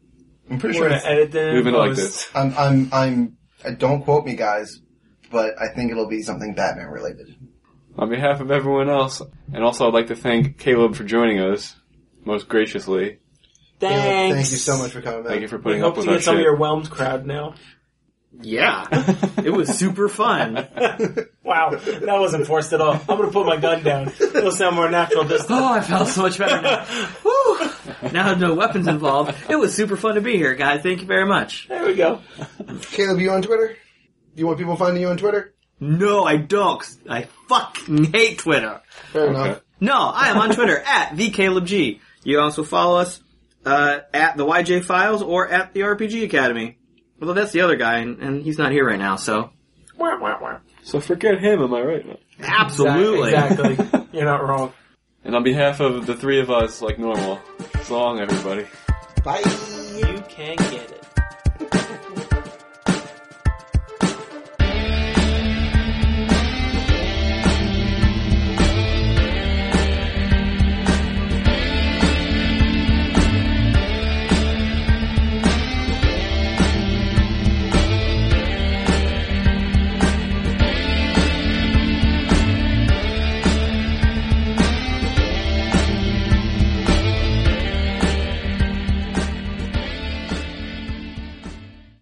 I'm pretty sure. We're gonna it's- edit that in Leave it and like post. this. I'm, I'm, I'm, uh, don't quote me guys, but I think it'll be something Batman related. On behalf of everyone else, and also I'd like to thank Caleb for joining us most graciously. Thanks. Caleb, Thank you so much for coming back. Thank you for We putting hope up to with get us. some of your whelmed crowd now. Yeah. It was super fun. Wow, that wasn't forced at all. I'm gonna put my gun down. It'll sound more natural this time. Oh, I felt so much better now. Whew. Now no weapons involved. It was super fun to be here, guys. Thank you very much. There we go. Caleb, you on Twitter? You want people finding you on Twitter? No, I don't. 'cause I fucking hate Twitter. Fair Okay. enough. No, I am on Twitter at the Caleb G. You can also follow us uh, at the YJ Files or at the RPG Academy. Although that's the other guy, and, and he's not here right now, so Wah, wah, wah. So forget him, am I right? absolutely. Exactly. exactly. You're not wrong. And on behalf of the three of us, like normal, so long everybody. Bye. You can get it.